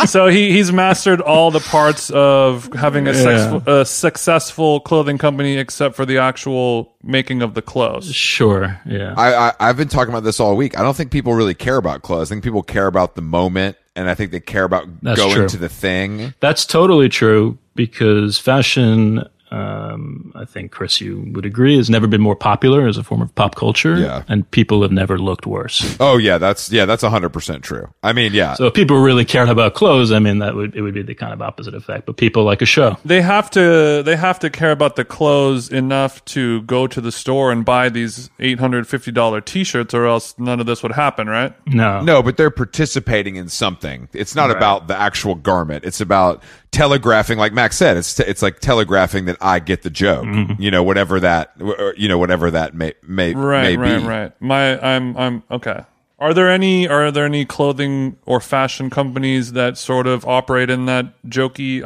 [SPEAKER 2] So he he's mastered all the parts of having a, sex, a successful clothing company, except for the actual making of the clothes.
[SPEAKER 3] Sure. Yeah.
[SPEAKER 1] I, I I've been talking about this all week. I don't think people really care about clothes. I think people care about the moment, and I think they care about
[SPEAKER 3] That's
[SPEAKER 1] going
[SPEAKER 3] true.
[SPEAKER 1] to the thing.
[SPEAKER 3] That's totally true because fashion, um, I think Chris, you would agree, has never been more popular as a form of pop culture.
[SPEAKER 1] Yeah.
[SPEAKER 3] And people have never looked worse.
[SPEAKER 1] Oh yeah, that's yeah, that's hundred percent true. I mean, yeah,
[SPEAKER 3] So if people really cared about clothes, I mean, that would it would be the kind of opposite effect. But people like a show.
[SPEAKER 2] They have to they have to care about the clothes enough to go to the store and buy these eight hundred fifty dollar t shirts, or else none of this would happen, right?
[SPEAKER 3] No.
[SPEAKER 1] no, but they're participating in something. It's not about the actual garment. It's about telegraphing, like Max said, it's, it's like telegraphing that I get the joke,
[SPEAKER 2] Mm-hmm.
[SPEAKER 1] you know, whatever that, or, you know, whatever that may, may, may
[SPEAKER 2] Right,
[SPEAKER 1] be.
[SPEAKER 2] right, right. My, I'm, I'm okay. Are there any are there any clothing or fashion companies that sort of operate in that jokey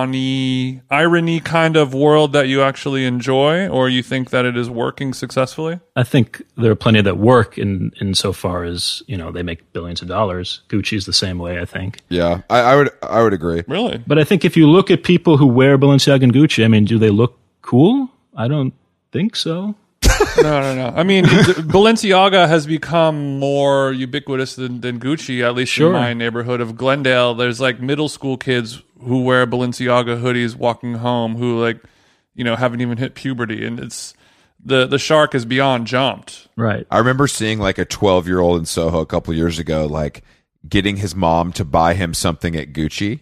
[SPEAKER 2] irony irony kind of world that you actually enjoy, or you think that it is working successfully?
[SPEAKER 3] I think there are plenty that work in in so far as you know they make billions of dollars. Gucci's the same way, I think.
[SPEAKER 1] Yeah. I, I would, I would agree.
[SPEAKER 2] Really?
[SPEAKER 3] But I think if you look at people who wear Balenciaga and Gucci, I mean, do they look cool? I don't think so.
[SPEAKER 2] No, no, no. I mean, Balenciaga has become more ubiquitous than, than Gucci, at least
[SPEAKER 3] Sure.
[SPEAKER 2] in my neighborhood of Glendale. There's like middle school kids who wear Balenciaga hoodies walking home who, like, you know, haven't even hit puberty. And it's the, the shark is beyond jumped.
[SPEAKER 3] Right.
[SPEAKER 1] I remember seeing like a 12 year old in Soho a couple years ago, like getting his mom to buy him something at Gucci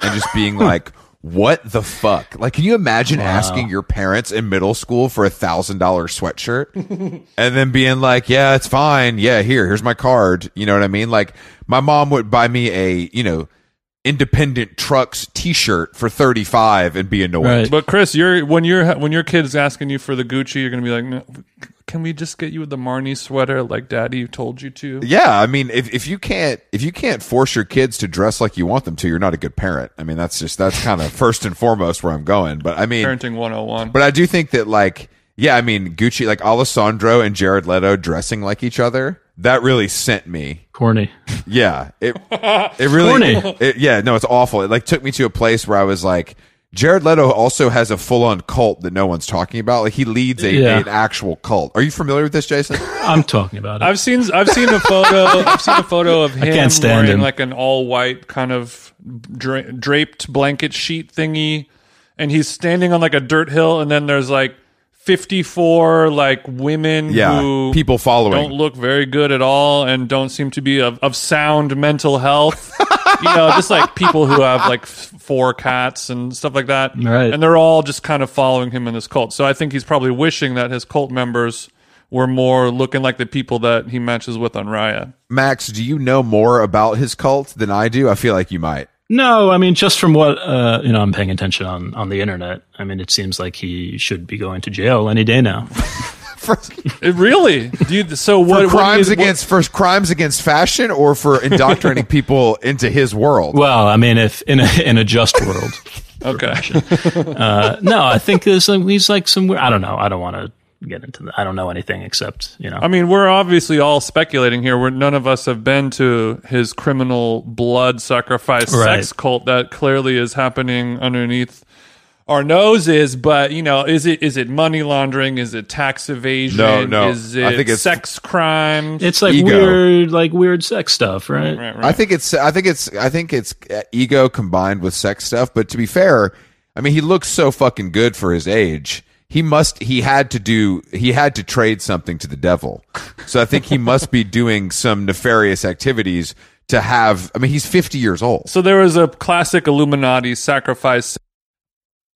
[SPEAKER 1] and just being like, what the fuck? Like, can you imagine asking your parents in middle school for a thousand dollar sweatshirt and then being like, yeah, it's fine. Yeah, here, here's my card. You know what I mean? Like, my mom would buy me a, you know, independent trucks t shirt for 35 and be annoyed.
[SPEAKER 3] Right.
[SPEAKER 2] But Chris, you're when you're when your kid's asking you for the Gucci, you're gonna be like, no, "Can we just get you the Marnie sweater like Daddy told you to?"
[SPEAKER 1] Yeah, I mean, if, if you can't if you can't force your kids to dress like you want them to, you're not a good parent. I mean, that's just that's kind of first and foremost where I'm going. But I mean,
[SPEAKER 2] Parenting 101.
[SPEAKER 1] but I do think that like, yeah, I mean, Gucci like Alessandro and Jared Leto dressing like each other that really sent me.
[SPEAKER 3] Corny.
[SPEAKER 1] Yeah, it it really
[SPEAKER 3] Corny.
[SPEAKER 1] it, yeah no, it's awful. It like took me to a place where I was like. Jared Leto also has a full on cult that no one's talking about. Like he leads a,
[SPEAKER 3] Yeah.
[SPEAKER 1] an actual cult. Are you familiar with this, Jason?
[SPEAKER 3] I'm talking about it.
[SPEAKER 2] I've seen I've seen a photo I've seen a photo of him
[SPEAKER 3] can't stand
[SPEAKER 2] wearing
[SPEAKER 3] him.
[SPEAKER 2] like an all white kind of dra- draped blanket sheet thingy, and he's standing on like a dirt hill, and then there's like fifty four like women
[SPEAKER 1] Yeah,
[SPEAKER 2] who
[SPEAKER 1] people following.
[SPEAKER 2] don't look very good at all and don't seem to be of, of sound mental health. you know, just like people who have like f- four cats and stuff like that.
[SPEAKER 3] Right.
[SPEAKER 2] And they're all just kind of following him in this cult. So I think he's probably wishing that his cult members were more looking like the people that he matches with on Raya.
[SPEAKER 1] Max, do you know more about his cult than I do? I feel like you might.
[SPEAKER 3] No, I mean just from what uh, you know, I'm paying attention on on the internet. I mean, it seems like he should be going to jail any day now.
[SPEAKER 1] For,
[SPEAKER 2] It really? Do you, so what?
[SPEAKER 1] for
[SPEAKER 2] what do you-
[SPEAKER 1] crimes
[SPEAKER 2] what-
[SPEAKER 1] against for crimes against fashion or for indoctrinating people into his world.
[SPEAKER 3] well, I mean, if in a in a just world,
[SPEAKER 2] okay.
[SPEAKER 3] uh, no, I think there's like, he's like somewhere. I don't know. I don't want to get into that. I don't know anything except you know.
[SPEAKER 2] I mean, we're obviously all speculating here. We're, none of us have been to his criminal blood sacrifice
[SPEAKER 3] Right.
[SPEAKER 2] sex cult that clearly is happening underneath our noses. But you know, is it is it money laundering? Is it tax evasion?
[SPEAKER 1] No, no.
[SPEAKER 2] Is it
[SPEAKER 1] I think it's-
[SPEAKER 2] sex crimes?
[SPEAKER 3] it's like
[SPEAKER 1] Ego.
[SPEAKER 3] weird, like weird sex stuff, right?
[SPEAKER 2] right, right.
[SPEAKER 1] I think it's I think it's I think it's uh, ego combined with sex stuff. But to be fair, I mean he looks so fucking good for his age. He must he had to do he had to trade something to the devil. So I think he must be doing some nefarious activities to have. I mean he's fifty years old.
[SPEAKER 2] so there was a classic Illuminati sacrifice.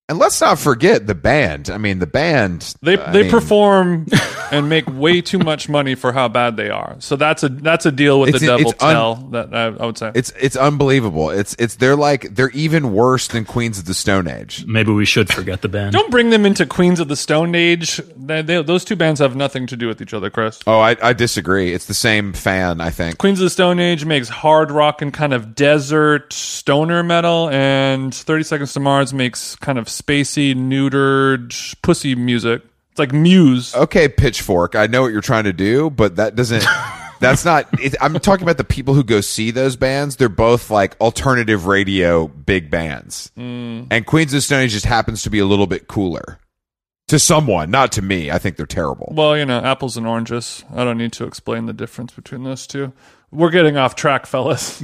[SPEAKER 1] And let's not forget the band. I mean the band
[SPEAKER 2] They
[SPEAKER 1] I
[SPEAKER 2] they
[SPEAKER 1] mean-
[SPEAKER 2] perform and make way too much money for how bad they are. So that's a that's a deal with
[SPEAKER 1] It's-
[SPEAKER 2] the devil
[SPEAKER 1] it's un-
[SPEAKER 2] tell that I, I would say.
[SPEAKER 1] It's it's unbelievable. It's it's they're like they're even worse than Queens of the Stone Age.
[SPEAKER 3] Maybe we should forget the band.
[SPEAKER 2] Don't bring them into Queens of the Stone Age. They, they, those two bands have nothing to do with each other, Chris.
[SPEAKER 1] Oh, I, I disagree. It's the same fan, I think.
[SPEAKER 2] Queens of the Stone Age makes hard rock and kind of desert stoner metal, and 30 Seconds to Mars makes kind of spacey, neutered pussy music. It's like Muse.
[SPEAKER 1] Okay, Pitchfork. I know what you're trying to do, but that doesn't. That's not. It, I'm talking about the people who go see those bands. They're both like alternative radio big bands,
[SPEAKER 2] Mm.
[SPEAKER 1] and Queens of the Stone Age just happens to be a little bit cooler to someone, not to me. I think they're terrible.
[SPEAKER 2] Well, you know, apples and oranges. I don't need to explain the difference between those two. We're getting off track, fellas.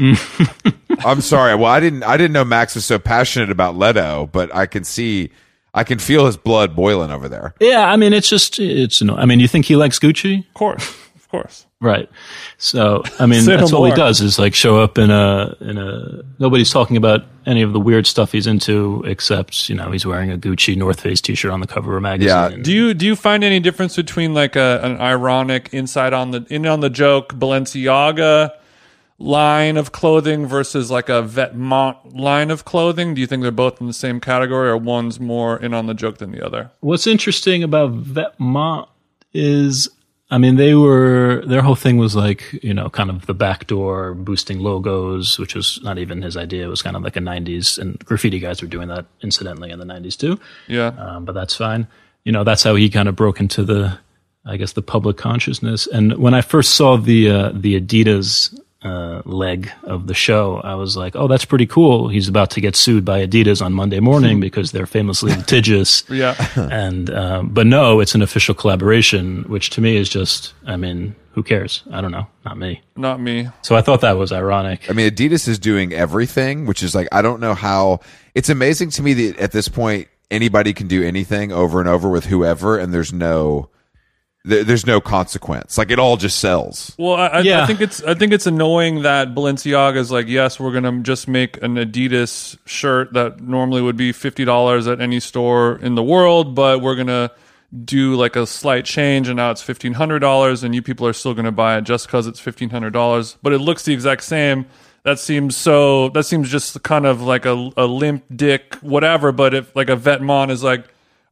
[SPEAKER 1] I'm sorry. Well, I didn't. I didn't know Max was so passionate about Leto, but I can see, I can feel his blood boiling over there.
[SPEAKER 3] Yeah, I mean, it's just it's. anno- I mean, you think he likes Gucci?
[SPEAKER 2] Of course. Of course.
[SPEAKER 3] Right. So I mean,
[SPEAKER 2] Say no
[SPEAKER 3] that's all
[SPEAKER 2] more.
[SPEAKER 3] he does is like show up in a in a. Nobody's talking about any of the weird stuff he's into, except you know he's wearing a Gucci North Face T-shirt on the cover of a magazine.
[SPEAKER 1] Yeah.
[SPEAKER 2] Do you do you find any difference between like a, an ironic inside on the in on the joke Balenciaga line of clothing versus like a Vetmont line of clothing? Do you think they're both in the same category, or one's more in on the joke than the other?
[SPEAKER 3] What's interesting about Vetmont is, I mean, they were their whole thing was like you know kind of the backdoor boosting logos, which was not even his idea. It was kind of like a '90s, and graffiti guys were doing that incidentally in the '90s too.
[SPEAKER 2] Yeah,
[SPEAKER 3] Um, but that's fine. You know, that's how he kind of broke into the, I guess, the public consciousness. And when I first saw the uh, the Adidas uh, leg of the show, I was like, oh, that's pretty cool. He's about to get sued by Adidas on Monday morning because they're famously litigious.
[SPEAKER 2] yeah.
[SPEAKER 3] And um, but no, it's an official collaboration, which to me is just, I mean, who cares? I don't know, not me.
[SPEAKER 2] Not me.
[SPEAKER 3] So I thought that was ironic.
[SPEAKER 1] I mean, Adidas is doing everything, which is like I don't know how. It's amazing to me that at this point anybody can do anything over and over with whoever, and there's no there, there's no consequence. Like it all just sells.
[SPEAKER 2] Well, I, I, I
[SPEAKER 3] Yeah.
[SPEAKER 2] think it's I think it's annoying that Balenciaga is like, yes, we're gonna just make an Adidas shirt that normally would be fifty dollars at any store in the world, but we're gonna do like a slight change, and now it's fifteen hundred dollars, and you people are still gonna buy it just because it's fifteen hundred dollars, but it looks the exact same. That seems so. That seems just kind of like a, a limp dick, whatever. But if like a Vetmon is like,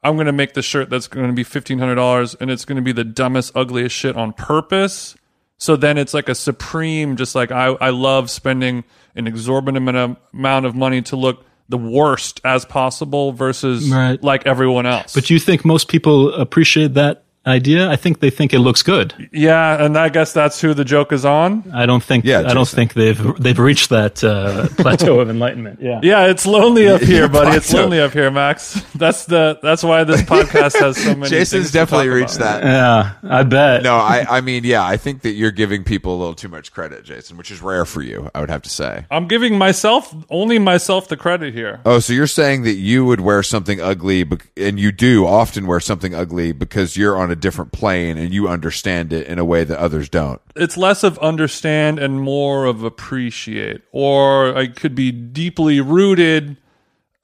[SPEAKER 2] I'm gonna make the shirt that's gonna be fifteen hundred dollars, and it's gonna be the dumbest, ugliest shit on purpose. So then it's like a supreme, just like I, I love spending an exorbitant amount- amount of money to look the worst as possible versus
[SPEAKER 3] Right.
[SPEAKER 2] like everyone else.
[SPEAKER 3] But you think most people appreciate that idea? I think they think it looks good.
[SPEAKER 2] yeah, and I guess that's who the joke is on.
[SPEAKER 3] I don't think.
[SPEAKER 1] Yeah,
[SPEAKER 3] I don't
[SPEAKER 1] Jason.
[SPEAKER 3] think they've they've reached that uh, plateau of enlightenment. Yeah.
[SPEAKER 2] Yeah, it's lonely up here, buddy. It's
[SPEAKER 1] Plateau.
[SPEAKER 2] lonely up here, Max. That's the that's why this podcast has so many. things
[SPEAKER 1] Jason's
[SPEAKER 2] to
[SPEAKER 1] definitely
[SPEAKER 2] talk
[SPEAKER 1] reached
[SPEAKER 2] about.
[SPEAKER 1] that.
[SPEAKER 3] Yeah, I bet.
[SPEAKER 1] No, I I mean, yeah, I think that you're giving people a little too much credit, Jason, which is rare for you. I would have to say.
[SPEAKER 2] I'm giving myself only myself the credit here.
[SPEAKER 1] Oh, so you're saying that you would wear something ugly, bec- and you do often wear something ugly because you're on a different plane and you understand it in a way that others don't.
[SPEAKER 2] it's less of understand and more of appreciate or i could be deeply rooted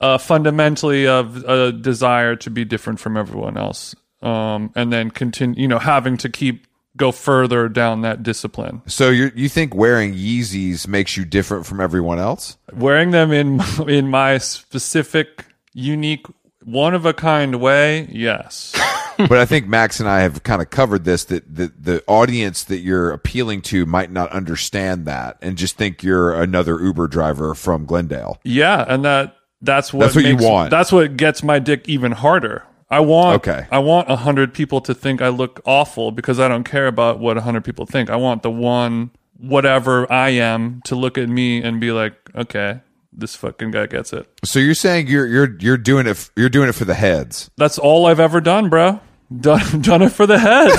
[SPEAKER 2] uh, fundamentally of a desire to be different from everyone else um, and then continue you know having to keep go further down that discipline
[SPEAKER 1] So you you think wearing Yeezys makes you different from everyone else?
[SPEAKER 2] wearing them in in my specific unique one of a kind way yes
[SPEAKER 1] but I think Max and I have kind of covered this that the, the audience that you're appealing to might not understand that and just think you're another Uber driver from Glendale.
[SPEAKER 2] Yeah, and that that's what
[SPEAKER 1] That's what you
[SPEAKER 2] makes-
[SPEAKER 1] want.
[SPEAKER 2] That's what gets my dick even harder. I want
[SPEAKER 1] Okay.
[SPEAKER 2] I want a hundred people to think I look awful because I don't care about what a hundred people think. I want the one whatever I am to look at me and be like, okay, this fucking guy gets it.
[SPEAKER 1] So you're saying you're you're you're doing it f- you're doing it for the heads.
[SPEAKER 2] That's all I've ever done, bro. Done done it for the heads.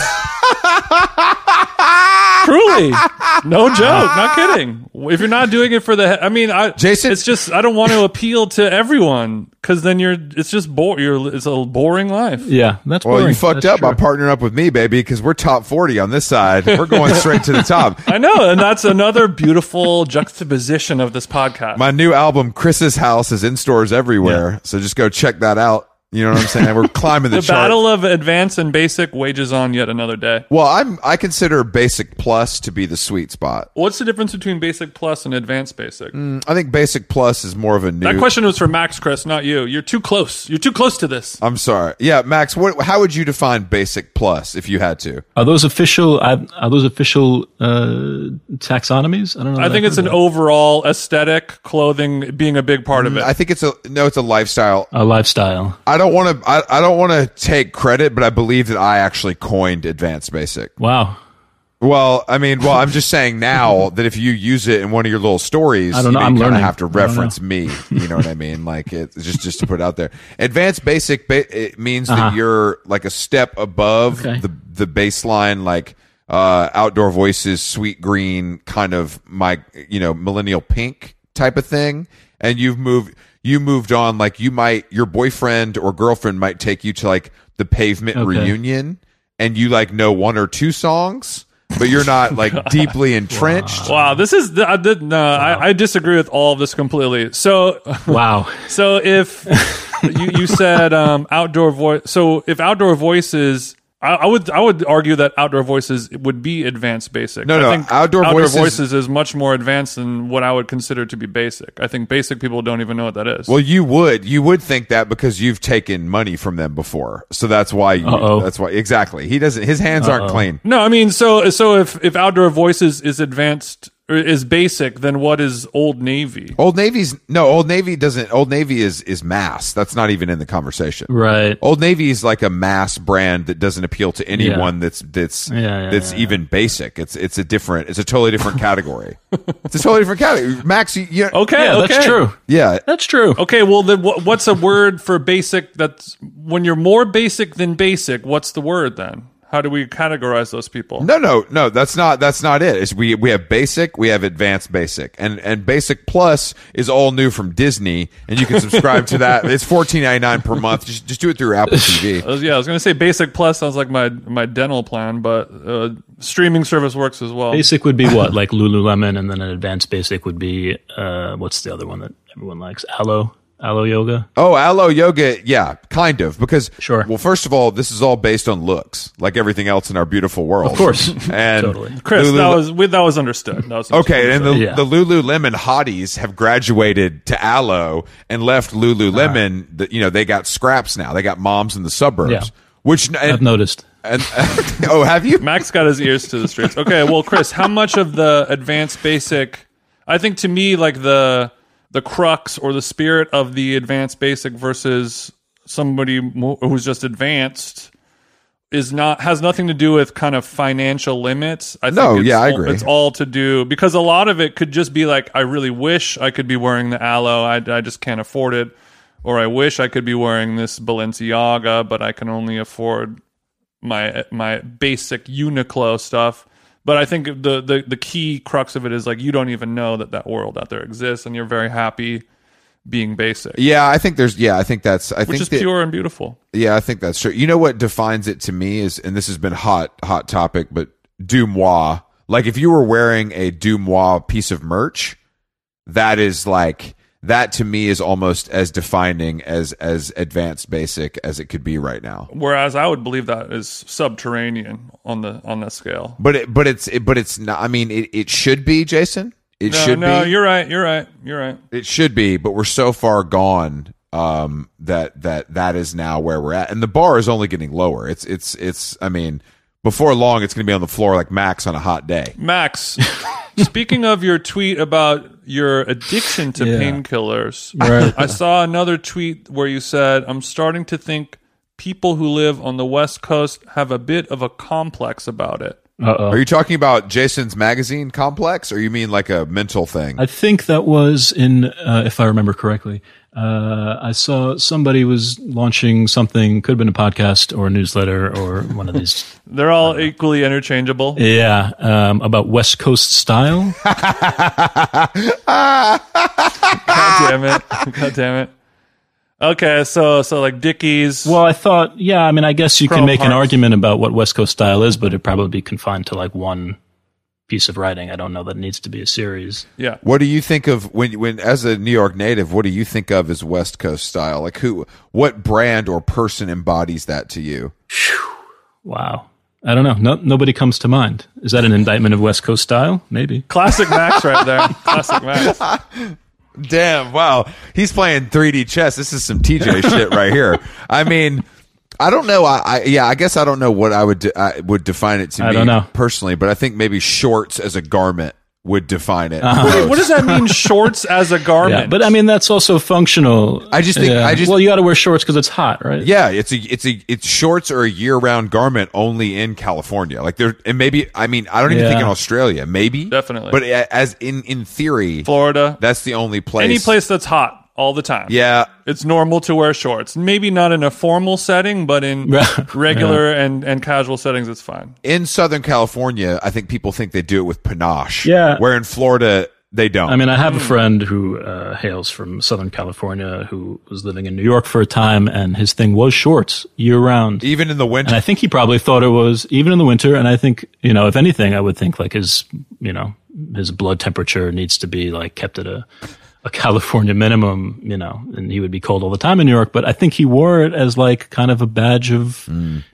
[SPEAKER 2] Truly, no joke, not kidding. If you're not doing it for the, he- I mean, I
[SPEAKER 1] Jason-
[SPEAKER 2] it's just I don't want to appeal to everyone because then you're, it's just boring. You're, it's a boring life.
[SPEAKER 3] Yeah, that's
[SPEAKER 1] Well,
[SPEAKER 3] boring.
[SPEAKER 1] you fucked up
[SPEAKER 3] That's
[SPEAKER 1] by
[SPEAKER 3] true.
[SPEAKER 1] partnering up with me, baby, because we're top forty on this side. We're going straight to the top.
[SPEAKER 2] I know, and that's another beautiful juxtaposition of this podcast.
[SPEAKER 1] My new album, Chris's House, is in stores everywhere. So just go check that out. You know what I'm saying? We're climbing the,
[SPEAKER 2] the
[SPEAKER 1] chart.
[SPEAKER 2] battle of advanced and basic wages on yet another day.
[SPEAKER 1] well, I'm I consider Basic Plus to be the sweet spot.
[SPEAKER 2] What's the difference between basic plus and advanced basic?
[SPEAKER 1] I think Basic Plus is more of a new.
[SPEAKER 2] That question was for Max, Chris, not you. You're too close. You're too close to this.
[SPEAKER 1] I'm sorry. Yeah, Max. What? How would you define basic plus if you had to?
[SPEAKER 3] Are those official? Are are those official uh, taxonomies? I don't know.
[SPEAKER 2] I
[SPEAKER 3] that
[SPEAKER 2] think
[SPEAKER 3] I've
[SPEAKER 2] it's
[SPEAKER 3] heard
[SPEAKER 2] an
[SPEAKER 3] of.
[SPEAKER 2] overall aesthetic, clothing being a big part of it.
[SPEAKER 1] Mm, I think it's a no. It's a lifestyle.
[SPEAKER 3] a lifestyle.
[SPEAKER 1] I don't want to. I, I don't want to take credit, but I believe that I actually coined advanced basic.
[SPEAKER 3] Wow.
[SPEAKER 1] Well, I mean, well, I'm just saying now that if you use it in one of your little stories,
[SPEAKER 3] I don't know.
[SPEAKER 1] you,
[SPEAKER 3] I'm
[SPEAKER 1] kind of
[SPEAKER 3] learning.
[SPEAKER 1] have to
[SPEAKER 3] I don't know.
[SPEAKER 1] reference me. You know what I mean? Like it's just just to put out there. Advanced basic ba- it means that you're like a step above
[SPEAKER 3] Uh-huh. Okay.
[SPEAKER 1] the the baseline, like uh, outdoor voices, sweet green, kind of my you know millennial pink type of thing, and you've moved. You moved on, like you might, your boyfriend or girlfriend might take you to like the pavement reunion, and you like know one or two songs, but you're not like deeply entrenched.
[SPEAKER 2] wow, this is the, I did, no, I, I disagree with all of this completely. So,
[SPEAKER 3] Wow.
[SPEAKER 2] so if you, you said um, outdoor voice, so if outdoor voices, I, I would I would argue that Outdoor Voices would be advanced basic.
[SPEAKER 1] No,
[SPEAKER 2] I
[SPEAKER 1] no, Outdoor Voices-
[SPEAKER 2] is much more advanced than what I would consider to be basic. I think basic people don't even know what that is.
[SPEAKER 1] Well, you would you would think that because you've taken money from them before, so that's why. You,
[SPEAKER 3] Uh-oh.
[SPEAKER 1] that's why exactly. He doesn't. His hands aren't clean.
[SPEAKER 2] no, I mean, so so if if Outdoor Voices is advanced or is basic, then what is Old Navy?
[SPEAKER 1] Old Navy's no. Old Navy doesn't. Old Navy is is mass. That's not even in the conversation.
[SPEAKER 3] Right.
[SPEAKER 1] Old Navy is like a mass brand that doesn't appeal to anyone that's that's
[SPEAKER 3] Yeah, yeah,
[SPEAKER 1] that's even basic. It's it's a different. It's a totally different category. it's a totally different category. Max, you, you
[SPEAKER 2] Okay,
[SPEAKER 3] Yeah,
[SPEAKER 2] okay.
[SPEAKER 3] that's true.
[SPEAKER 1] yeah.
[SPEAKER 3] That's true.
[SPEAKER 2] Okay, well then wh- what's a word for basic that's when you're more basic than basic, what's the word then? How do we categorize those people?
[SPEAKER 1] No, no, no. That's not. That's not it. It's we we have basic, we have advanced basic, and and basic plus is all new from Disney, and you can subscribe to that. It's fourteen ninety nine per month. Just just do it through Apple TV.
[SPEAKER 2] I was- Uh, yeah, I was gonna say basic plus sounds like my my dental plan, but uh, streaming service works as well.
[SPEAKER 3] Basic would be what? Like Lululemon, and then an advanced basic would be uh, what's the other one that everyone likes? Aloe, aloe yoga.
[SPEAKER 1] Oh, aloe yoga, yeah, kind of because
[SPEAKER 3] Sure.
[SPEAKER 1] Well, first of all, this is all based on looks, like everything else in our beautiful world,
[SPEAKER 3] Of course.
[SPEAKER 1] and
[SPEAKER 3] Totally.
[SPEAKER 2] Chris,
[SPEAKER 1] Lulu-
[SPEAKER 2] that was we, that was understood. That was
[SPEAKER 1] Okay, and the,
[SPEAKER 3] Yeah.
[SPEAKER 1] the Lululemon hotties have graduated to aloe and left Lululemon. that you know, they got scraps now. They got moms in the suburbs,
[SPEAKER 3] Yeah.
[SPEAKER 1] which and,
[SPEAKER 3] I've noticed.
[SPEAKER 1] and oh, have you?
[SPEAKER 2] Max got his ears to the streets. Okay, well, Chris, how much of the advanced basic? I think to me, like the the crux or the spirit of the advanced basic versus somebody mo- who's just advanced is not has nothing to do with kind of financial limits. I think
[SPEAKER 1] No,
[SPEAKER 2] it's
[SPEAKER 1] yeah, I
[SPEAKER 2] all-
[SPEAKER 1] agree.
[SPEAKER 2] It's all to do because a lot of it could just be like, I really wish I could be wearing the aloe. I, I just can't afford it. Or I wish I could be wearing this Balenciaga, but I can only afford my my basic Uniqlo stuff. But I think the, the the key crux of it is like you don't even know that that world out there exists, and you're very happy being basic,
[SPEAKER 1] Yeah, I think there's. Yeah, I think that's. I
[SPEAKER 2] which
[SPEAKER 1] think
[SPEAKER 2] is
[SPEAKER 1] that,
[SPEAKER 2] pure and beautiful.
[SPEAKER 1] Yeah, I think that's true. You know what defines it to me is, and this has been hot, hot topic, but Dumois. Like if you were wearing a Dumois piece of merch, that is like that to me is almost as defining as as advanced basic as it could be right now.
[SPEAKER 2] Whereas I would believe that is subterranean on the on that scale.
[SPEAKER 1] But it, but it's it, but it's not. I mean, it, it should be Jason. It
[SPEAKER 2] No,
[SPEAKER 1] should
[SPEAKER 2] no,
[SPEAKER 1] be.
[SPEAKER 2] you're right. You're right. You're right.
[SPEAKER 1] It should be, but we're so far gone um that that that is now where we're at. And the bar is only getting lower. It's it's it's I mean, before long it's going to be on the floor like Max on a hot day.
[SPEAKER 2] Max, speaking of your tweet about your addiction to painkillers, I saw another tweet where you said, I'm starting to think people who live on the West Coast have a bit of a complex about it.
[SPEAKER 3] Uh oh.
[SPEAKER 1] Are you talking about Jason's magazine complex or you mean like a mental thing?
[SPEAKER 3] I think that was in, uh, if I remember correctly, uh, I saw somebody was launching something, could have been a podcast or a newsletter or one of these.
[SPEAKER 2] They're all equally interchangeable.
[SPEAKER 3] yeah, um, about West Coast style.
[SPEAKER 2] God damn it. God damn it. Okay, so so like Dickies.
[SPEAKER 3] Well, I thought, yeah, I mean, I guess you
[SPEAKER 2] Pro
[SPEAKER 3] can make an
[SPEAKER 2] parts.
[SPEAKER 3] argument about what West Coast style is, but it'd probably be confined to like one piece of writing. I don't know that it needs to be a series.
[SPEAKER 2] yeah.
[SPEAKER 1] What do you think of when when as a New York native, what do you think of as West Coast style? Like who what brand or person embodies that to you?
[SPEAKER 3] Wow. I don't know. No, nobody comes to mind. Is that an indictment of West Coast style? Maybe.
[SPEAKER 2] Classic Max right there. Classic Max.
[SPEAKER 1] Damn, wow. He's playing 3D chess. This is some TJ shit right here. I mean, I don't know. I, I yeah, I guess I don't know what I would de- I would define it to
[SPEAKER 3] I
[SPEAKER 1] me
[SPEAKER 3] don't know.
[SPEAKER 1] personally, but I think maybe shorts as a garment would define it.
[SPEAKER 3] Uh-huh.
[SPEAKER 2] Wait, what does that mean shorts as a garment?
[SPEAKER 3] Yeah, but I mean, that's also functional.
[SPEAKER 1] I just think-
[SPEAKER 3] Yeah.
[SPEAKER 1] I just-
[SPEAKER 3] well, you got to wear shorts because it's hot, right?
[SPEAKER 1] Yeah, it's a it's a it's shorts are a year round garment only in California. Like there and maybe I mean I don't even think
[SPEAKER 3] Yeah.
[SPEAKER 1] in Australia maybe
[SPEAKER 2] Definitely.
[SPEAKER 1] but a- as in in theory
[SPEAKER 2] Florida.
[SPEAKER 1] that's the only place
[SPEAKER 2] Any place that's hot all the time.
[SPEAKER 1] yeah
[SPEAKER 2] It's normal to wear shorts. Maybe not in a formal setting, but in regular and, and casual settings, it's fine.
[SPEAKER 1] in Southern California I think people think they do it with panache
[SPEAKER 3] Yeah.
[SPEAKER 1] where in Florida they don't
[SPEAKER 3] I mean, I
[SPEAKER 1] Hmm.
[SPEAKER 3] have a friend who uh, hails from Southern California who was living in New York for a time, and his thing was shorts year round.
[SPEAKER 1] even in the
[SPEAKER 3] And
[SPEAKER 1] winter.
[SPEAKER 3] I think he probably thought it was even in the winter. And I think, you know, if anything, I would think like his, you know, his blood temperature needs to be like kept at a a California minimum, you know, and he would be cold all the time in New York, but I think he wore it as like kind of a badge of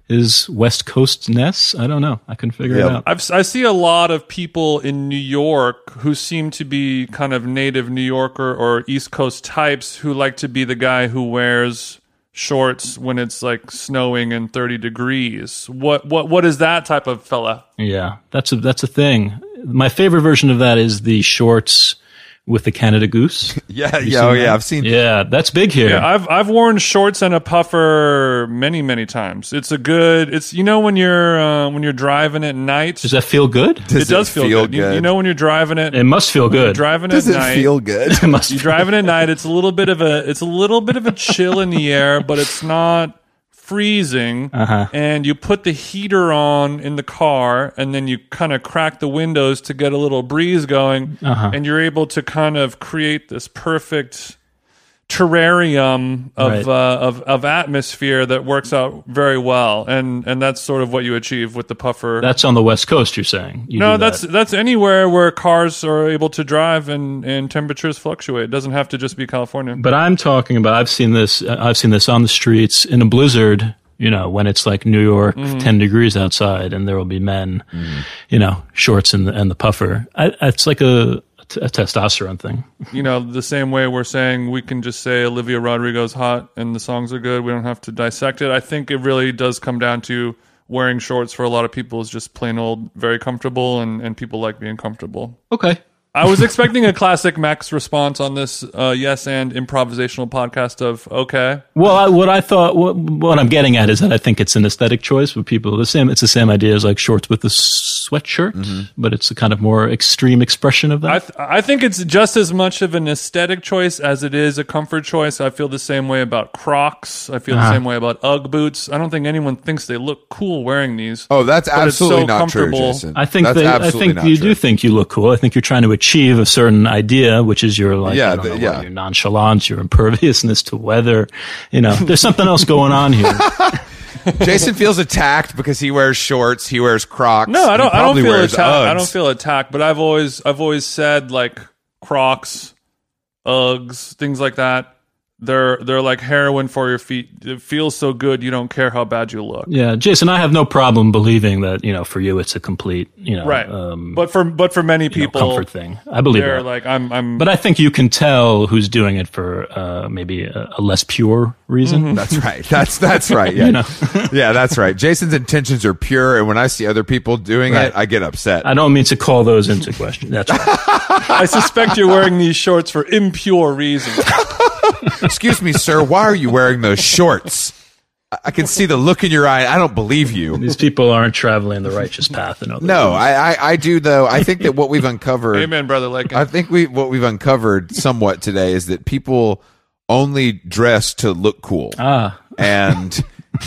[SPEAKER 3] his West Coast ness. I don't know. I couldn't figure
[SPEAKER 1] Yeah.
[SPEAKER 3] it out.
[SPEAKER 2] I've, I see a lot of people in New York who seem to be kind of native New Yorker or East Coast types who like to be the guy who wears shorts when it's like snowing and 30 degrees. What what what is that type of fella?
[SPEAKER 3] Yeah, that's a that's a thing. My favorite version of that is the shorts with the Canada goose.
[SPEAKER 1] Yeah, yeah, oh, yeah. I've seen.
[SPEAKER 3] yeah, that's big here.
[SPEAKER 2] I've I've worn shorts and a puffer many many times. It's a good. It's you know when you're uh, when you're driving at night,
[SPEAKER 3] Does that feel good?
[SPEAKER 2] it does feel, good. You- You, know when you're driving it,
[SPEAKER 3] It must feel good.
[SPEAKER 2] driving
[SPEAKER 1] does
[SPEAKER 2] at
[SPEAKER 1] it
[SPEAKER 2] night.
[SPEAKER 1] feel good?
[SPEAKER 3] It must.
[SPEAKER 2] you driving at night it's a little bit of a it's a little bit of a chill in the air but it's not freezing
[SPEAKER 3] Uh-huh.
[SPEAKER 2] and you put the heater on in the car and then you kind of crack the windows to get a little breeze going
[SPEAKER 3] Uh-huh.
[SPEAKER 2] and you're able to kind of create this perfect terrarium of
[SPEAKER 3] Right.
[SPEAKER 2] uh, of of atmosphere that works out very well and and that's sort of what you achieve with the puffer
[SPEAKER 3] that's on the West Coast. You're saying? You
[SPEAKER 2] no,
[SPEAKER 3] do that.
[SPEAKER 2] that's that's anywhere where cars are able to drive and, and temperatures fluctuate. It doesn't have to just be California.
[SPEAKER 3] But I'm talking about. I've seen this. I've seen this on the streets in a blizzard. You know, when it's like New York,
[SPEAKER 2] Mm-hmm.
[SPEAKER 3] ten degrees outside, and there will be men, you know, shorts and the and the puffer. I, it's like a, a testosterone thing.
[SPEAKER 2] You know, the same way we're saying we can just say Olivia Rodrigo's hot and the songs are good. We don't have to dissect it. I think it really does come down to wearing shorts for a lot of people is just plain old, very comfortable, and, and people like being comfortable.
[SPEAKER 3] Okay.
[SPEAKER 2] I was expecting a classic Max response on this uh, yes and improvisational podcast of okay.
[SPEAKER 3] Well, I, what I thought, what, what I'm getting at is that I think it's an aesthetic choice for people. The same, it's the same idea as like shorts with a sweatshirt,
[SPEAKER 2] Mm-hmm.
[SPEAKER 3] but it's a kind of more extreme expression of that.
[SPEAKER 2] I, th- I think it's just as much of an aesthetic choice as it is a comfort choice. I feel the same way about Crocs. I feel
[SPEAKER 3] Uh-huh.
[SPEAKER 2] the same way about Ugg boots. I don't think anyone thinks they look cool wearing these.
[SPEAKER 1] Oh, that's
[SPEAKER 2] it's so
[SPEAKER 1] absolutely not true,
[SPEAKER 2] comfortable.
[SPEAKER 1] Jason.
[SPEAKER 3] I think
[SPEAKER 1] that's
[SPEAKER 3] they, I
[SPEAKER 1] absolutely
[SPEAKER 3] think
[SPEAKER 1] not
[SPEAKER 3] you
[SPEAKER 1] true.
[SPEAKER 3] do think you look cool. I think you're trying to achieve a certain idea, which is your like,
[SPEAKER 1] Yeah,
[SPEAKER 3] I don't
[SPEAKER 1] the-
[SPEAKER 3] know,
[SPEAKER 1] yeah.
[SPEAKER 3] your nonchalance, your imperviousness to weather. You know, there's something else going on here.
[SPEAKER 1] Jason feels attacked because he wears shorts, he wears Crocs.
[SPEAKER 2] No,
[SPEAKER 1] and
[SPEAKER 2] I
[SPEAKER 1] he
[SPEAKER 2] don't. I don't
[SPEAKER 1] probably
[SPEAKER 2] feel
[SPEAKER 1] wears
[SPEAKER 2] attacked. I
[SPEAKER 1] Uggs.
[SPEAKER 2] don't feel attacked. But I've always I've always said like Crocs, Uggs, things like that. They're they're like heroin for your feet. It feels so good you don't care how bad you look.
[SPEAKER 3] yeah, Jason, I have no problem believing that you know for you it's a complete you know
[SPEAKER 2] Right.
[SPEAKER 3] um,
[SPEAKER 2] but for but for many
[SPEAKER 3] you know,
[SPEAKER 2] people,
[SPEAKER 3] comfort thing. I believe
[SPEAKER 2] they're
[SPEAKER 3] that.
[SPEAKER 2] like I'm I'm
[SPEAKER 3] But I think you can tell who's doing it for uh, maybe a, a less pure reason.
[SPEAKER 1] That's right. That's that's right. Yeah, yeah, that's right. Jason's intentions are pure, and when I see other people doing
[SPEAKER 3] Right.
[SPEAKER 1] it, I get upset.
[SPEAKER 3] I don't mean to call those into question. That's right.
[SPEAKER 2] I suspect you're wearing these shorts for impure reasons.
[SPEAKER 1] Excuse me, sir. Why are you wearing those shorts? I- I can see the look in your eye. I don't believe you.
[SPEAKER 3] these people aren't traveling the righteous path. And all that. Uh-huh.
[SPEAKER 1] No, I, I, I do though. I think that what we've uncovered.
[SPEAKER 2] Amen, brother. Like
[SPEAKER 1] I think we what we've uncovered somewhat today is that people only dress to look cool,
[SPEAKER 3] Ah.
[SPEAKER 1] and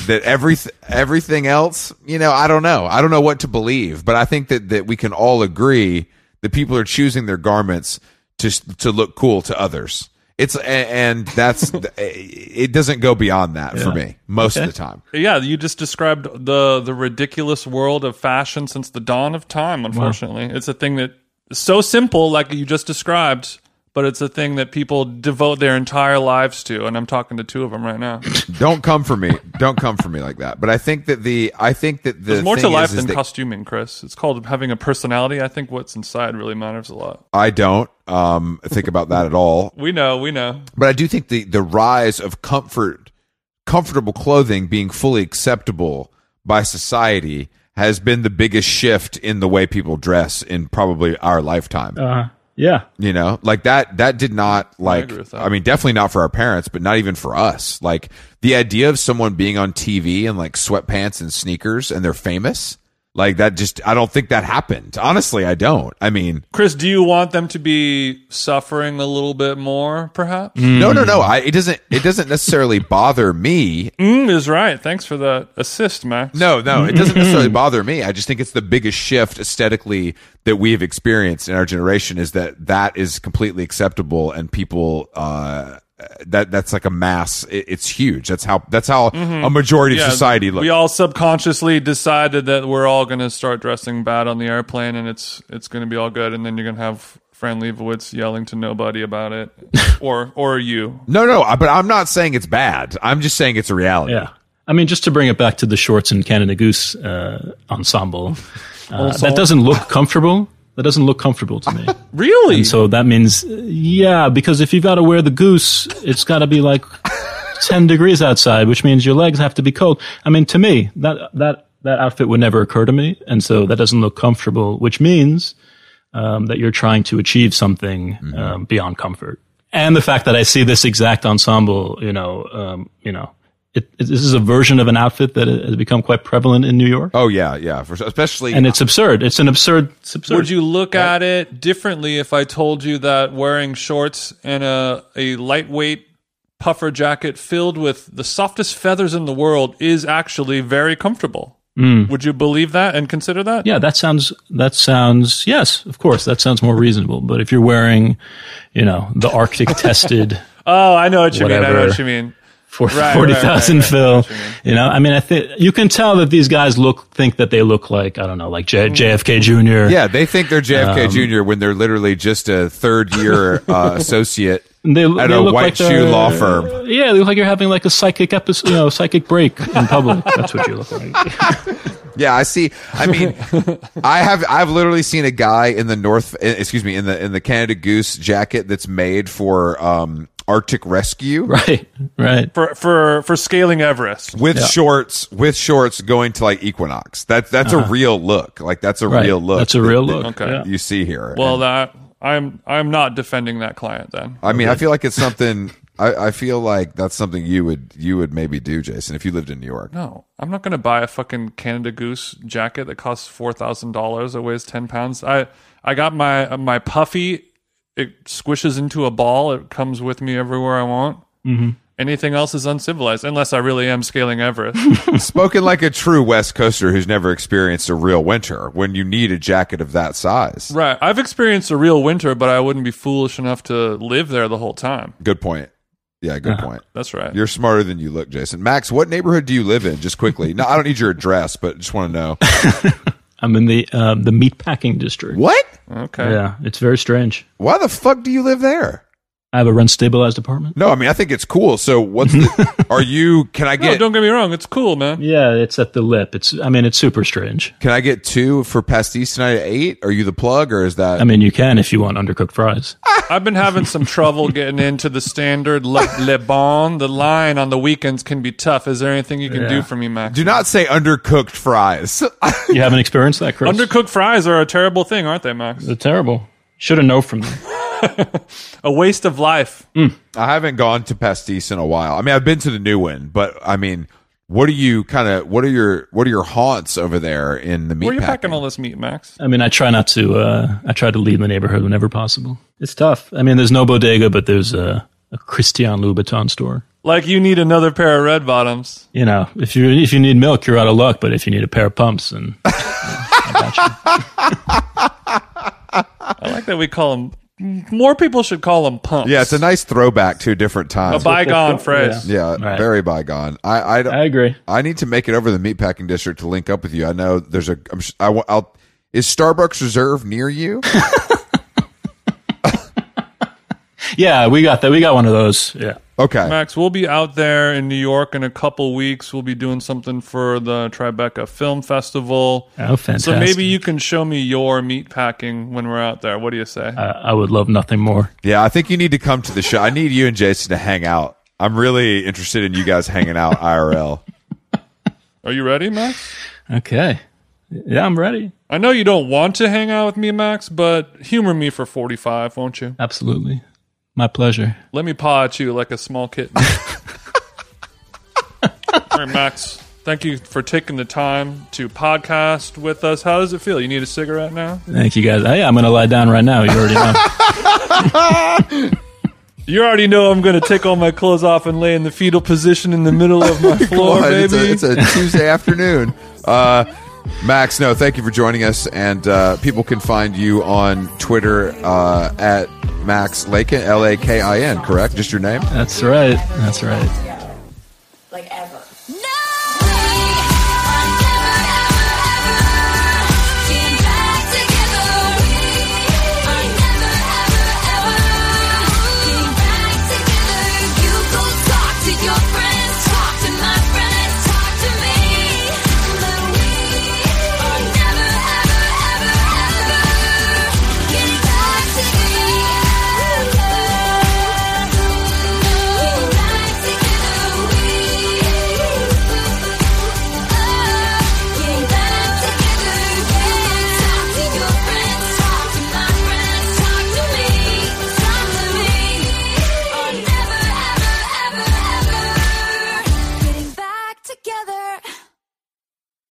[SPEAKER 1] that every everything else, you know, I don't know, I don't know what to believe, but I think that that we can all agree that people are choosing their garments to s- to look cool to others. It's a- and that's it doesn't go beyond that for me most of the time.
[SPEAKER 2] yeah, you just described the the ridiculous world of fashion since the dawn of time. Unfortunately, it's a thing that is so simple, like you just described, but it's a thing that people devote their entire lives to. And I'm talking to two of them right now.
[SPEAKER 1] Don't come for me. Don't come for me like that. But I think that the I think that the
[SPEAKER 2] There's more
[SPEAKER 1] thing
[SPEAKER 2] to life
[SPEAKER 1] is, is
[SPEAKER 2] than
[SPEAKER 1] that
[SPEAKER 2] costuming, Chris. It's called having a personality. I think what's inside really matters a lot.
[SPEAKER 1] I don't um, think about that at all.
[SPEAKER 2] We know, we know.
[SPEAKER 1] but I do think the the rise of comfort, comfortable clothing being fully acceptable by society has been the biggest shift in the way people dress in probably our lifetime.
[SPEAKER 3] Uh, yeah.
[SPEAKER 1] you know, like that that did not like
[SPEAKER 2] agree with that.
[SPEAKER 1] I, mean definitely not for our parents, but not even for us. Like the idea of someone being on TV in like sweatpants and sneakers and they're famous, like that just I don't think that happened. Honestly, I don't. I mean,
[SPEAKER 2] Chris, do you want them to be suffering a little bit more, perhaps?
[SPEAKER 1] no, no, no. I, it doesn't it doesn't necessarily bother me
[SPEAKER 2] Mm, is right. Thanks for the assist, Max.
[SPEAKER 1] No, no, it doesn't necessarily bother me. I just think it's the biggest shift aesthetically that we have experienced in our generation is that that is completely acceptable and people uh, that that's like a mass. It, it's huge. That's how that's how
[SPEAKER 3] Mm-hmm.
[SPEAKER 1] a majority of society looks.
[SPEAKER 2] We all subconsciously decided that we're all going to start dressing bad on the airplane, and it's it's going to be all good, and then you're going to have Fran Lebowitz yelling to nobody about it, or or you.
[SPEAKER 1] No, no, I- but I'm not saying it's bad. I'm just saying it's a reality.
[SPEAKER 3] Yeah. I mean, just to bring it back to the shorts and Canada Goose uh, ensemble, uh, that doesn't look comfortable. That doesn't look comfortable to me.
[SPEAKER 2] Really?
[SPEAKER 3] And so that means, yeah, because if you've got to wear the goose, it's got to be like 10 degrees outside, which means your legs have to be cold. I mean, to me, that, that, that outfit would never occur to me. And so that doesn't look comfortable, which means um, that you're trying to achieve something um, beyond comfort. And the fact that I see this exact ensemble, you know, um, you know, it, it, this is a version of an outfit that has become quite prevalent in New York.
[SPEAKER 1] Oh yeah, yeah. For sure. especially
[SPEAKER 3] And it's absurd. It's an absurd, it's absurd.
[SPEAKER 2] Would you look at it differently if I told you that wearing shorts and a, a lightweight puffer jacket filled with the softest feathers in the world is actually very comfortable? Would you believe that and consider that?
[SPEAKER 3] Hmm. yeah, that sounds that sounds yes, of course, that sounds more reasonable. But if you're wearing, you know, the Arctic tested
[SPEAKER 2] Oh, I know what you mean. I know
[SPEAKER 3] Whatever.
[SPEAKER 2] what you mean.
[SPEAKER 3] for
[SPEAKER 2] right,
[SPEAKER 3] forty thousand
[SPEAKER 2] right, right, right. I know what
[SPEAKER 3] fill, you know, I mean, I think you can tell that these guys look think that they look like I don't know, like
[SPEAKER 2] Mm.
[SPEAKER 3] J- JFK Jr.
[SPEAKER 1] yeah, they think they're
[SPEAKER 3] Um,
[SPEAKER 1] JFK Jr. when they're literally just a third year uh, associate
[SPEAKER 3] And they,
[SPEAKER 1] at
[SPEAKER 3] they
[SPEAKER 1] a
[SPEAKER 3] look
[SPEAKER 1] white
[SPEAKER 3] like
[SPEAKER 1] shoe
[SPEAKER 3] they're-
[SPEAKER 1] law firm.
[SPEAKER 3] Yeah, they look like you're having like a psychic episode, you know, psychic break in public. That's what you look like.
[SPEAKER 1] Yeah, I see. I mean, I have I've literally seen a guy in the North, eh, excuse me, in the in the Canada Goose jacket that's made for um, Arctic rescue
[SPEAKER 3] Right, right.
[SPEAKER 2] For for for scaling Everest.
[SPEAKER 1] with shorts, with shorts going to like Equinox. That's that's a real look. Like that's a
[SPEAKER 3] Uh-huh. right.
[SPEAKER 1] real look.
[SPEAKER 3] That's a
[SPEAKER 1] that-
[SPEAKER 3] real
[SPEAKER 1] that
[SPEAKER 3] look.
[SPEAKER 2] Okay.
[SPEAKER 3] yeah.
[SPEAKER 1] You see here.
[SPEAKER 2] Well, that I'm I'm not defending that client then.
[SPEAKER 1] I mean, I feel like it's something. I, I feel like that's something you would you would maybe do, Jason, if you lived in New York.
[SPEAKER 2] No, I'm not going to buy a fucking Canada Goose jacket that costs four thousand dollars that weighs ten pounds. I I got my uh, my puffy. It squishes into a ball. It comes with me everywhere I want. Mm-hmm. Anything else is uncivilized, unless I really am scaling Everest.
[SPEAKER 3] Hmm.
[SPEAKER 1] Spoken like a true West Coaster who's never experienced a real winter. When you need a jacket of that size,
[SPEAKER 2] right. I've experienced a real winter, but I wouldn't be foolish enough to live there the whole time.
[SPEAKER 1] good point. Yeah, good
[SPEAKER 2] Uh-huh.
[SPEAKER 1] point.
[SPEAKER 2] That's right.
[SPEAKER 1] You're smarter than you look, Jason. Max, what neighborhood do you live in? Just quickly. No, I don't need your address, but just want to know
[SPEAKER 3] I'm in the um, the meatpacking district.
[SPEAKER 1] what.
[SPEAKER 2] okay.
[SPEAKER 3] Yeah, it's very strange.
[SPEAKER 1] Why the fuck do you live there?
[SPEAKER 3] I have a rent stabilized apartment.
[SPEAKER 1] No, I mean I think it's cool. So what's the, are you? Can I
[SPEAKER 2] No,
[SPEAKER 1] get
[SPEAKER 2] Oh, don't get me wrong. It's cool, man.
[SPEAKER 3] Yeah, it's at the lip. It's I mean, it's super strange.
[SPEAKER 1] can I get two for pastis tonight at eight? Are you the plug or is that
[SPEAKER 3] I mean, you can if you want undercooked fries.
[SPEAKER 2] I've been having some trouble getting into the standard Le, Le Bon. The line on the weekends can be tough. Is there anything you can do for me, Max?
[SPEAKER 1] Do not say undercooked fries.
[SPEAKER 3] You haven't experienced that, Chris?
[SPEAKER 2] Undercooked fries are a terrible thing, aren't they, Max?
[SPEAKER 3] They're terrible. Should have known from them.
[SPEAKER 2] A waste of life.
[SPEAKER 1] I haven't gone to Pastis in a while. I mean, I've been to the new one, but I mean, what are you kind of? What are your what are your haunts over there in the meat?
[SPEAKER 2] Where are you
[SPEAKER 1] packing?
[SPEAKER 2] packing all this meat, Max?
[SPEAKER 3] I mean, I try not to. Uh, I try to leave the neighborhood whenever possible. It's tough. I mean, there's no bodega, but there's a, a Christian Louboutin store.
[SPEAKER 2] Like you need another pair of red bottoms.
[SPEAKER 3] You know, if you if you need milk, you're out of luck. But if you need a pair of pumps, and
[SPEAKER 2] I like that we call them. More people should call them pumps.
[SPEAKER 1] Yeah, it's a nice throwback to a different time.
[SPEAKER 2] a bygone phrase.
[SPEAKER 1] yeah,
[SPEAKER 3] Right.
[SPEAKER 1] very bygone. I I, don't,
[SPEAKER 3] I agree.
[SPEAKER 1] I need to make it over to the meatpacking district to link up with you. I know there's a. I'm, sh- I, wa- I'll. Is Starbucks Reserve near you?
[SPEAKER 3] Yeah, we got that. We got one of those. Yeah.
[SPEAKER 1] Okay.
[SPEAKER 2] Max, we'll be out there in New York in a couple weeks. We'll be doing something for the Tribeca Film Festival.
[SPEAKER 3] Oh, fantastic.
[SPEAKER 2] So maybe you can show me your meat packing when we're out there. What do you say?
[SPEAKER 3] I, I would love nothing more.
[SPEAKER 1] Yeah, I think you need to come to the show. I need you and Jason to hang out. I'm really interested in you guys hanging out IRL.
[SPEAKER 2] Are you ready, Max?
[SPEAKER 3] Okay. Yeah, I'm ready.
[SPEAKER 2] I know you don't want to hang out with me, Max, but humor me for 45, won't you?
[SPEAKER 3] Absolutely. My pleasure.
[SPEAKER 2] Let me paw at you like a small kitten. All right, Max. Thank you for taking the time to podcast with us. How does it feel? You need a cigarette now?
[SPEAKER 3] Thank you guys. Hey, I'm going to lie down right now. You already know.
[SPEAKER 2] You already know I'm going to take all my clothes off and lay in the fetal position in the middle of my floor,
[SPEAKER 1] God,
[SPEAKER 2] baby.
[SPEAKER 1] it's a- It's a, Tuesday afternoon. Uh, Max, no, thank you for joining us. And uh, people can find you on Twitter uh, at Max Lakin, L A K I N, correct? Just your name?
[SPEAKER 3] That's right. That's right.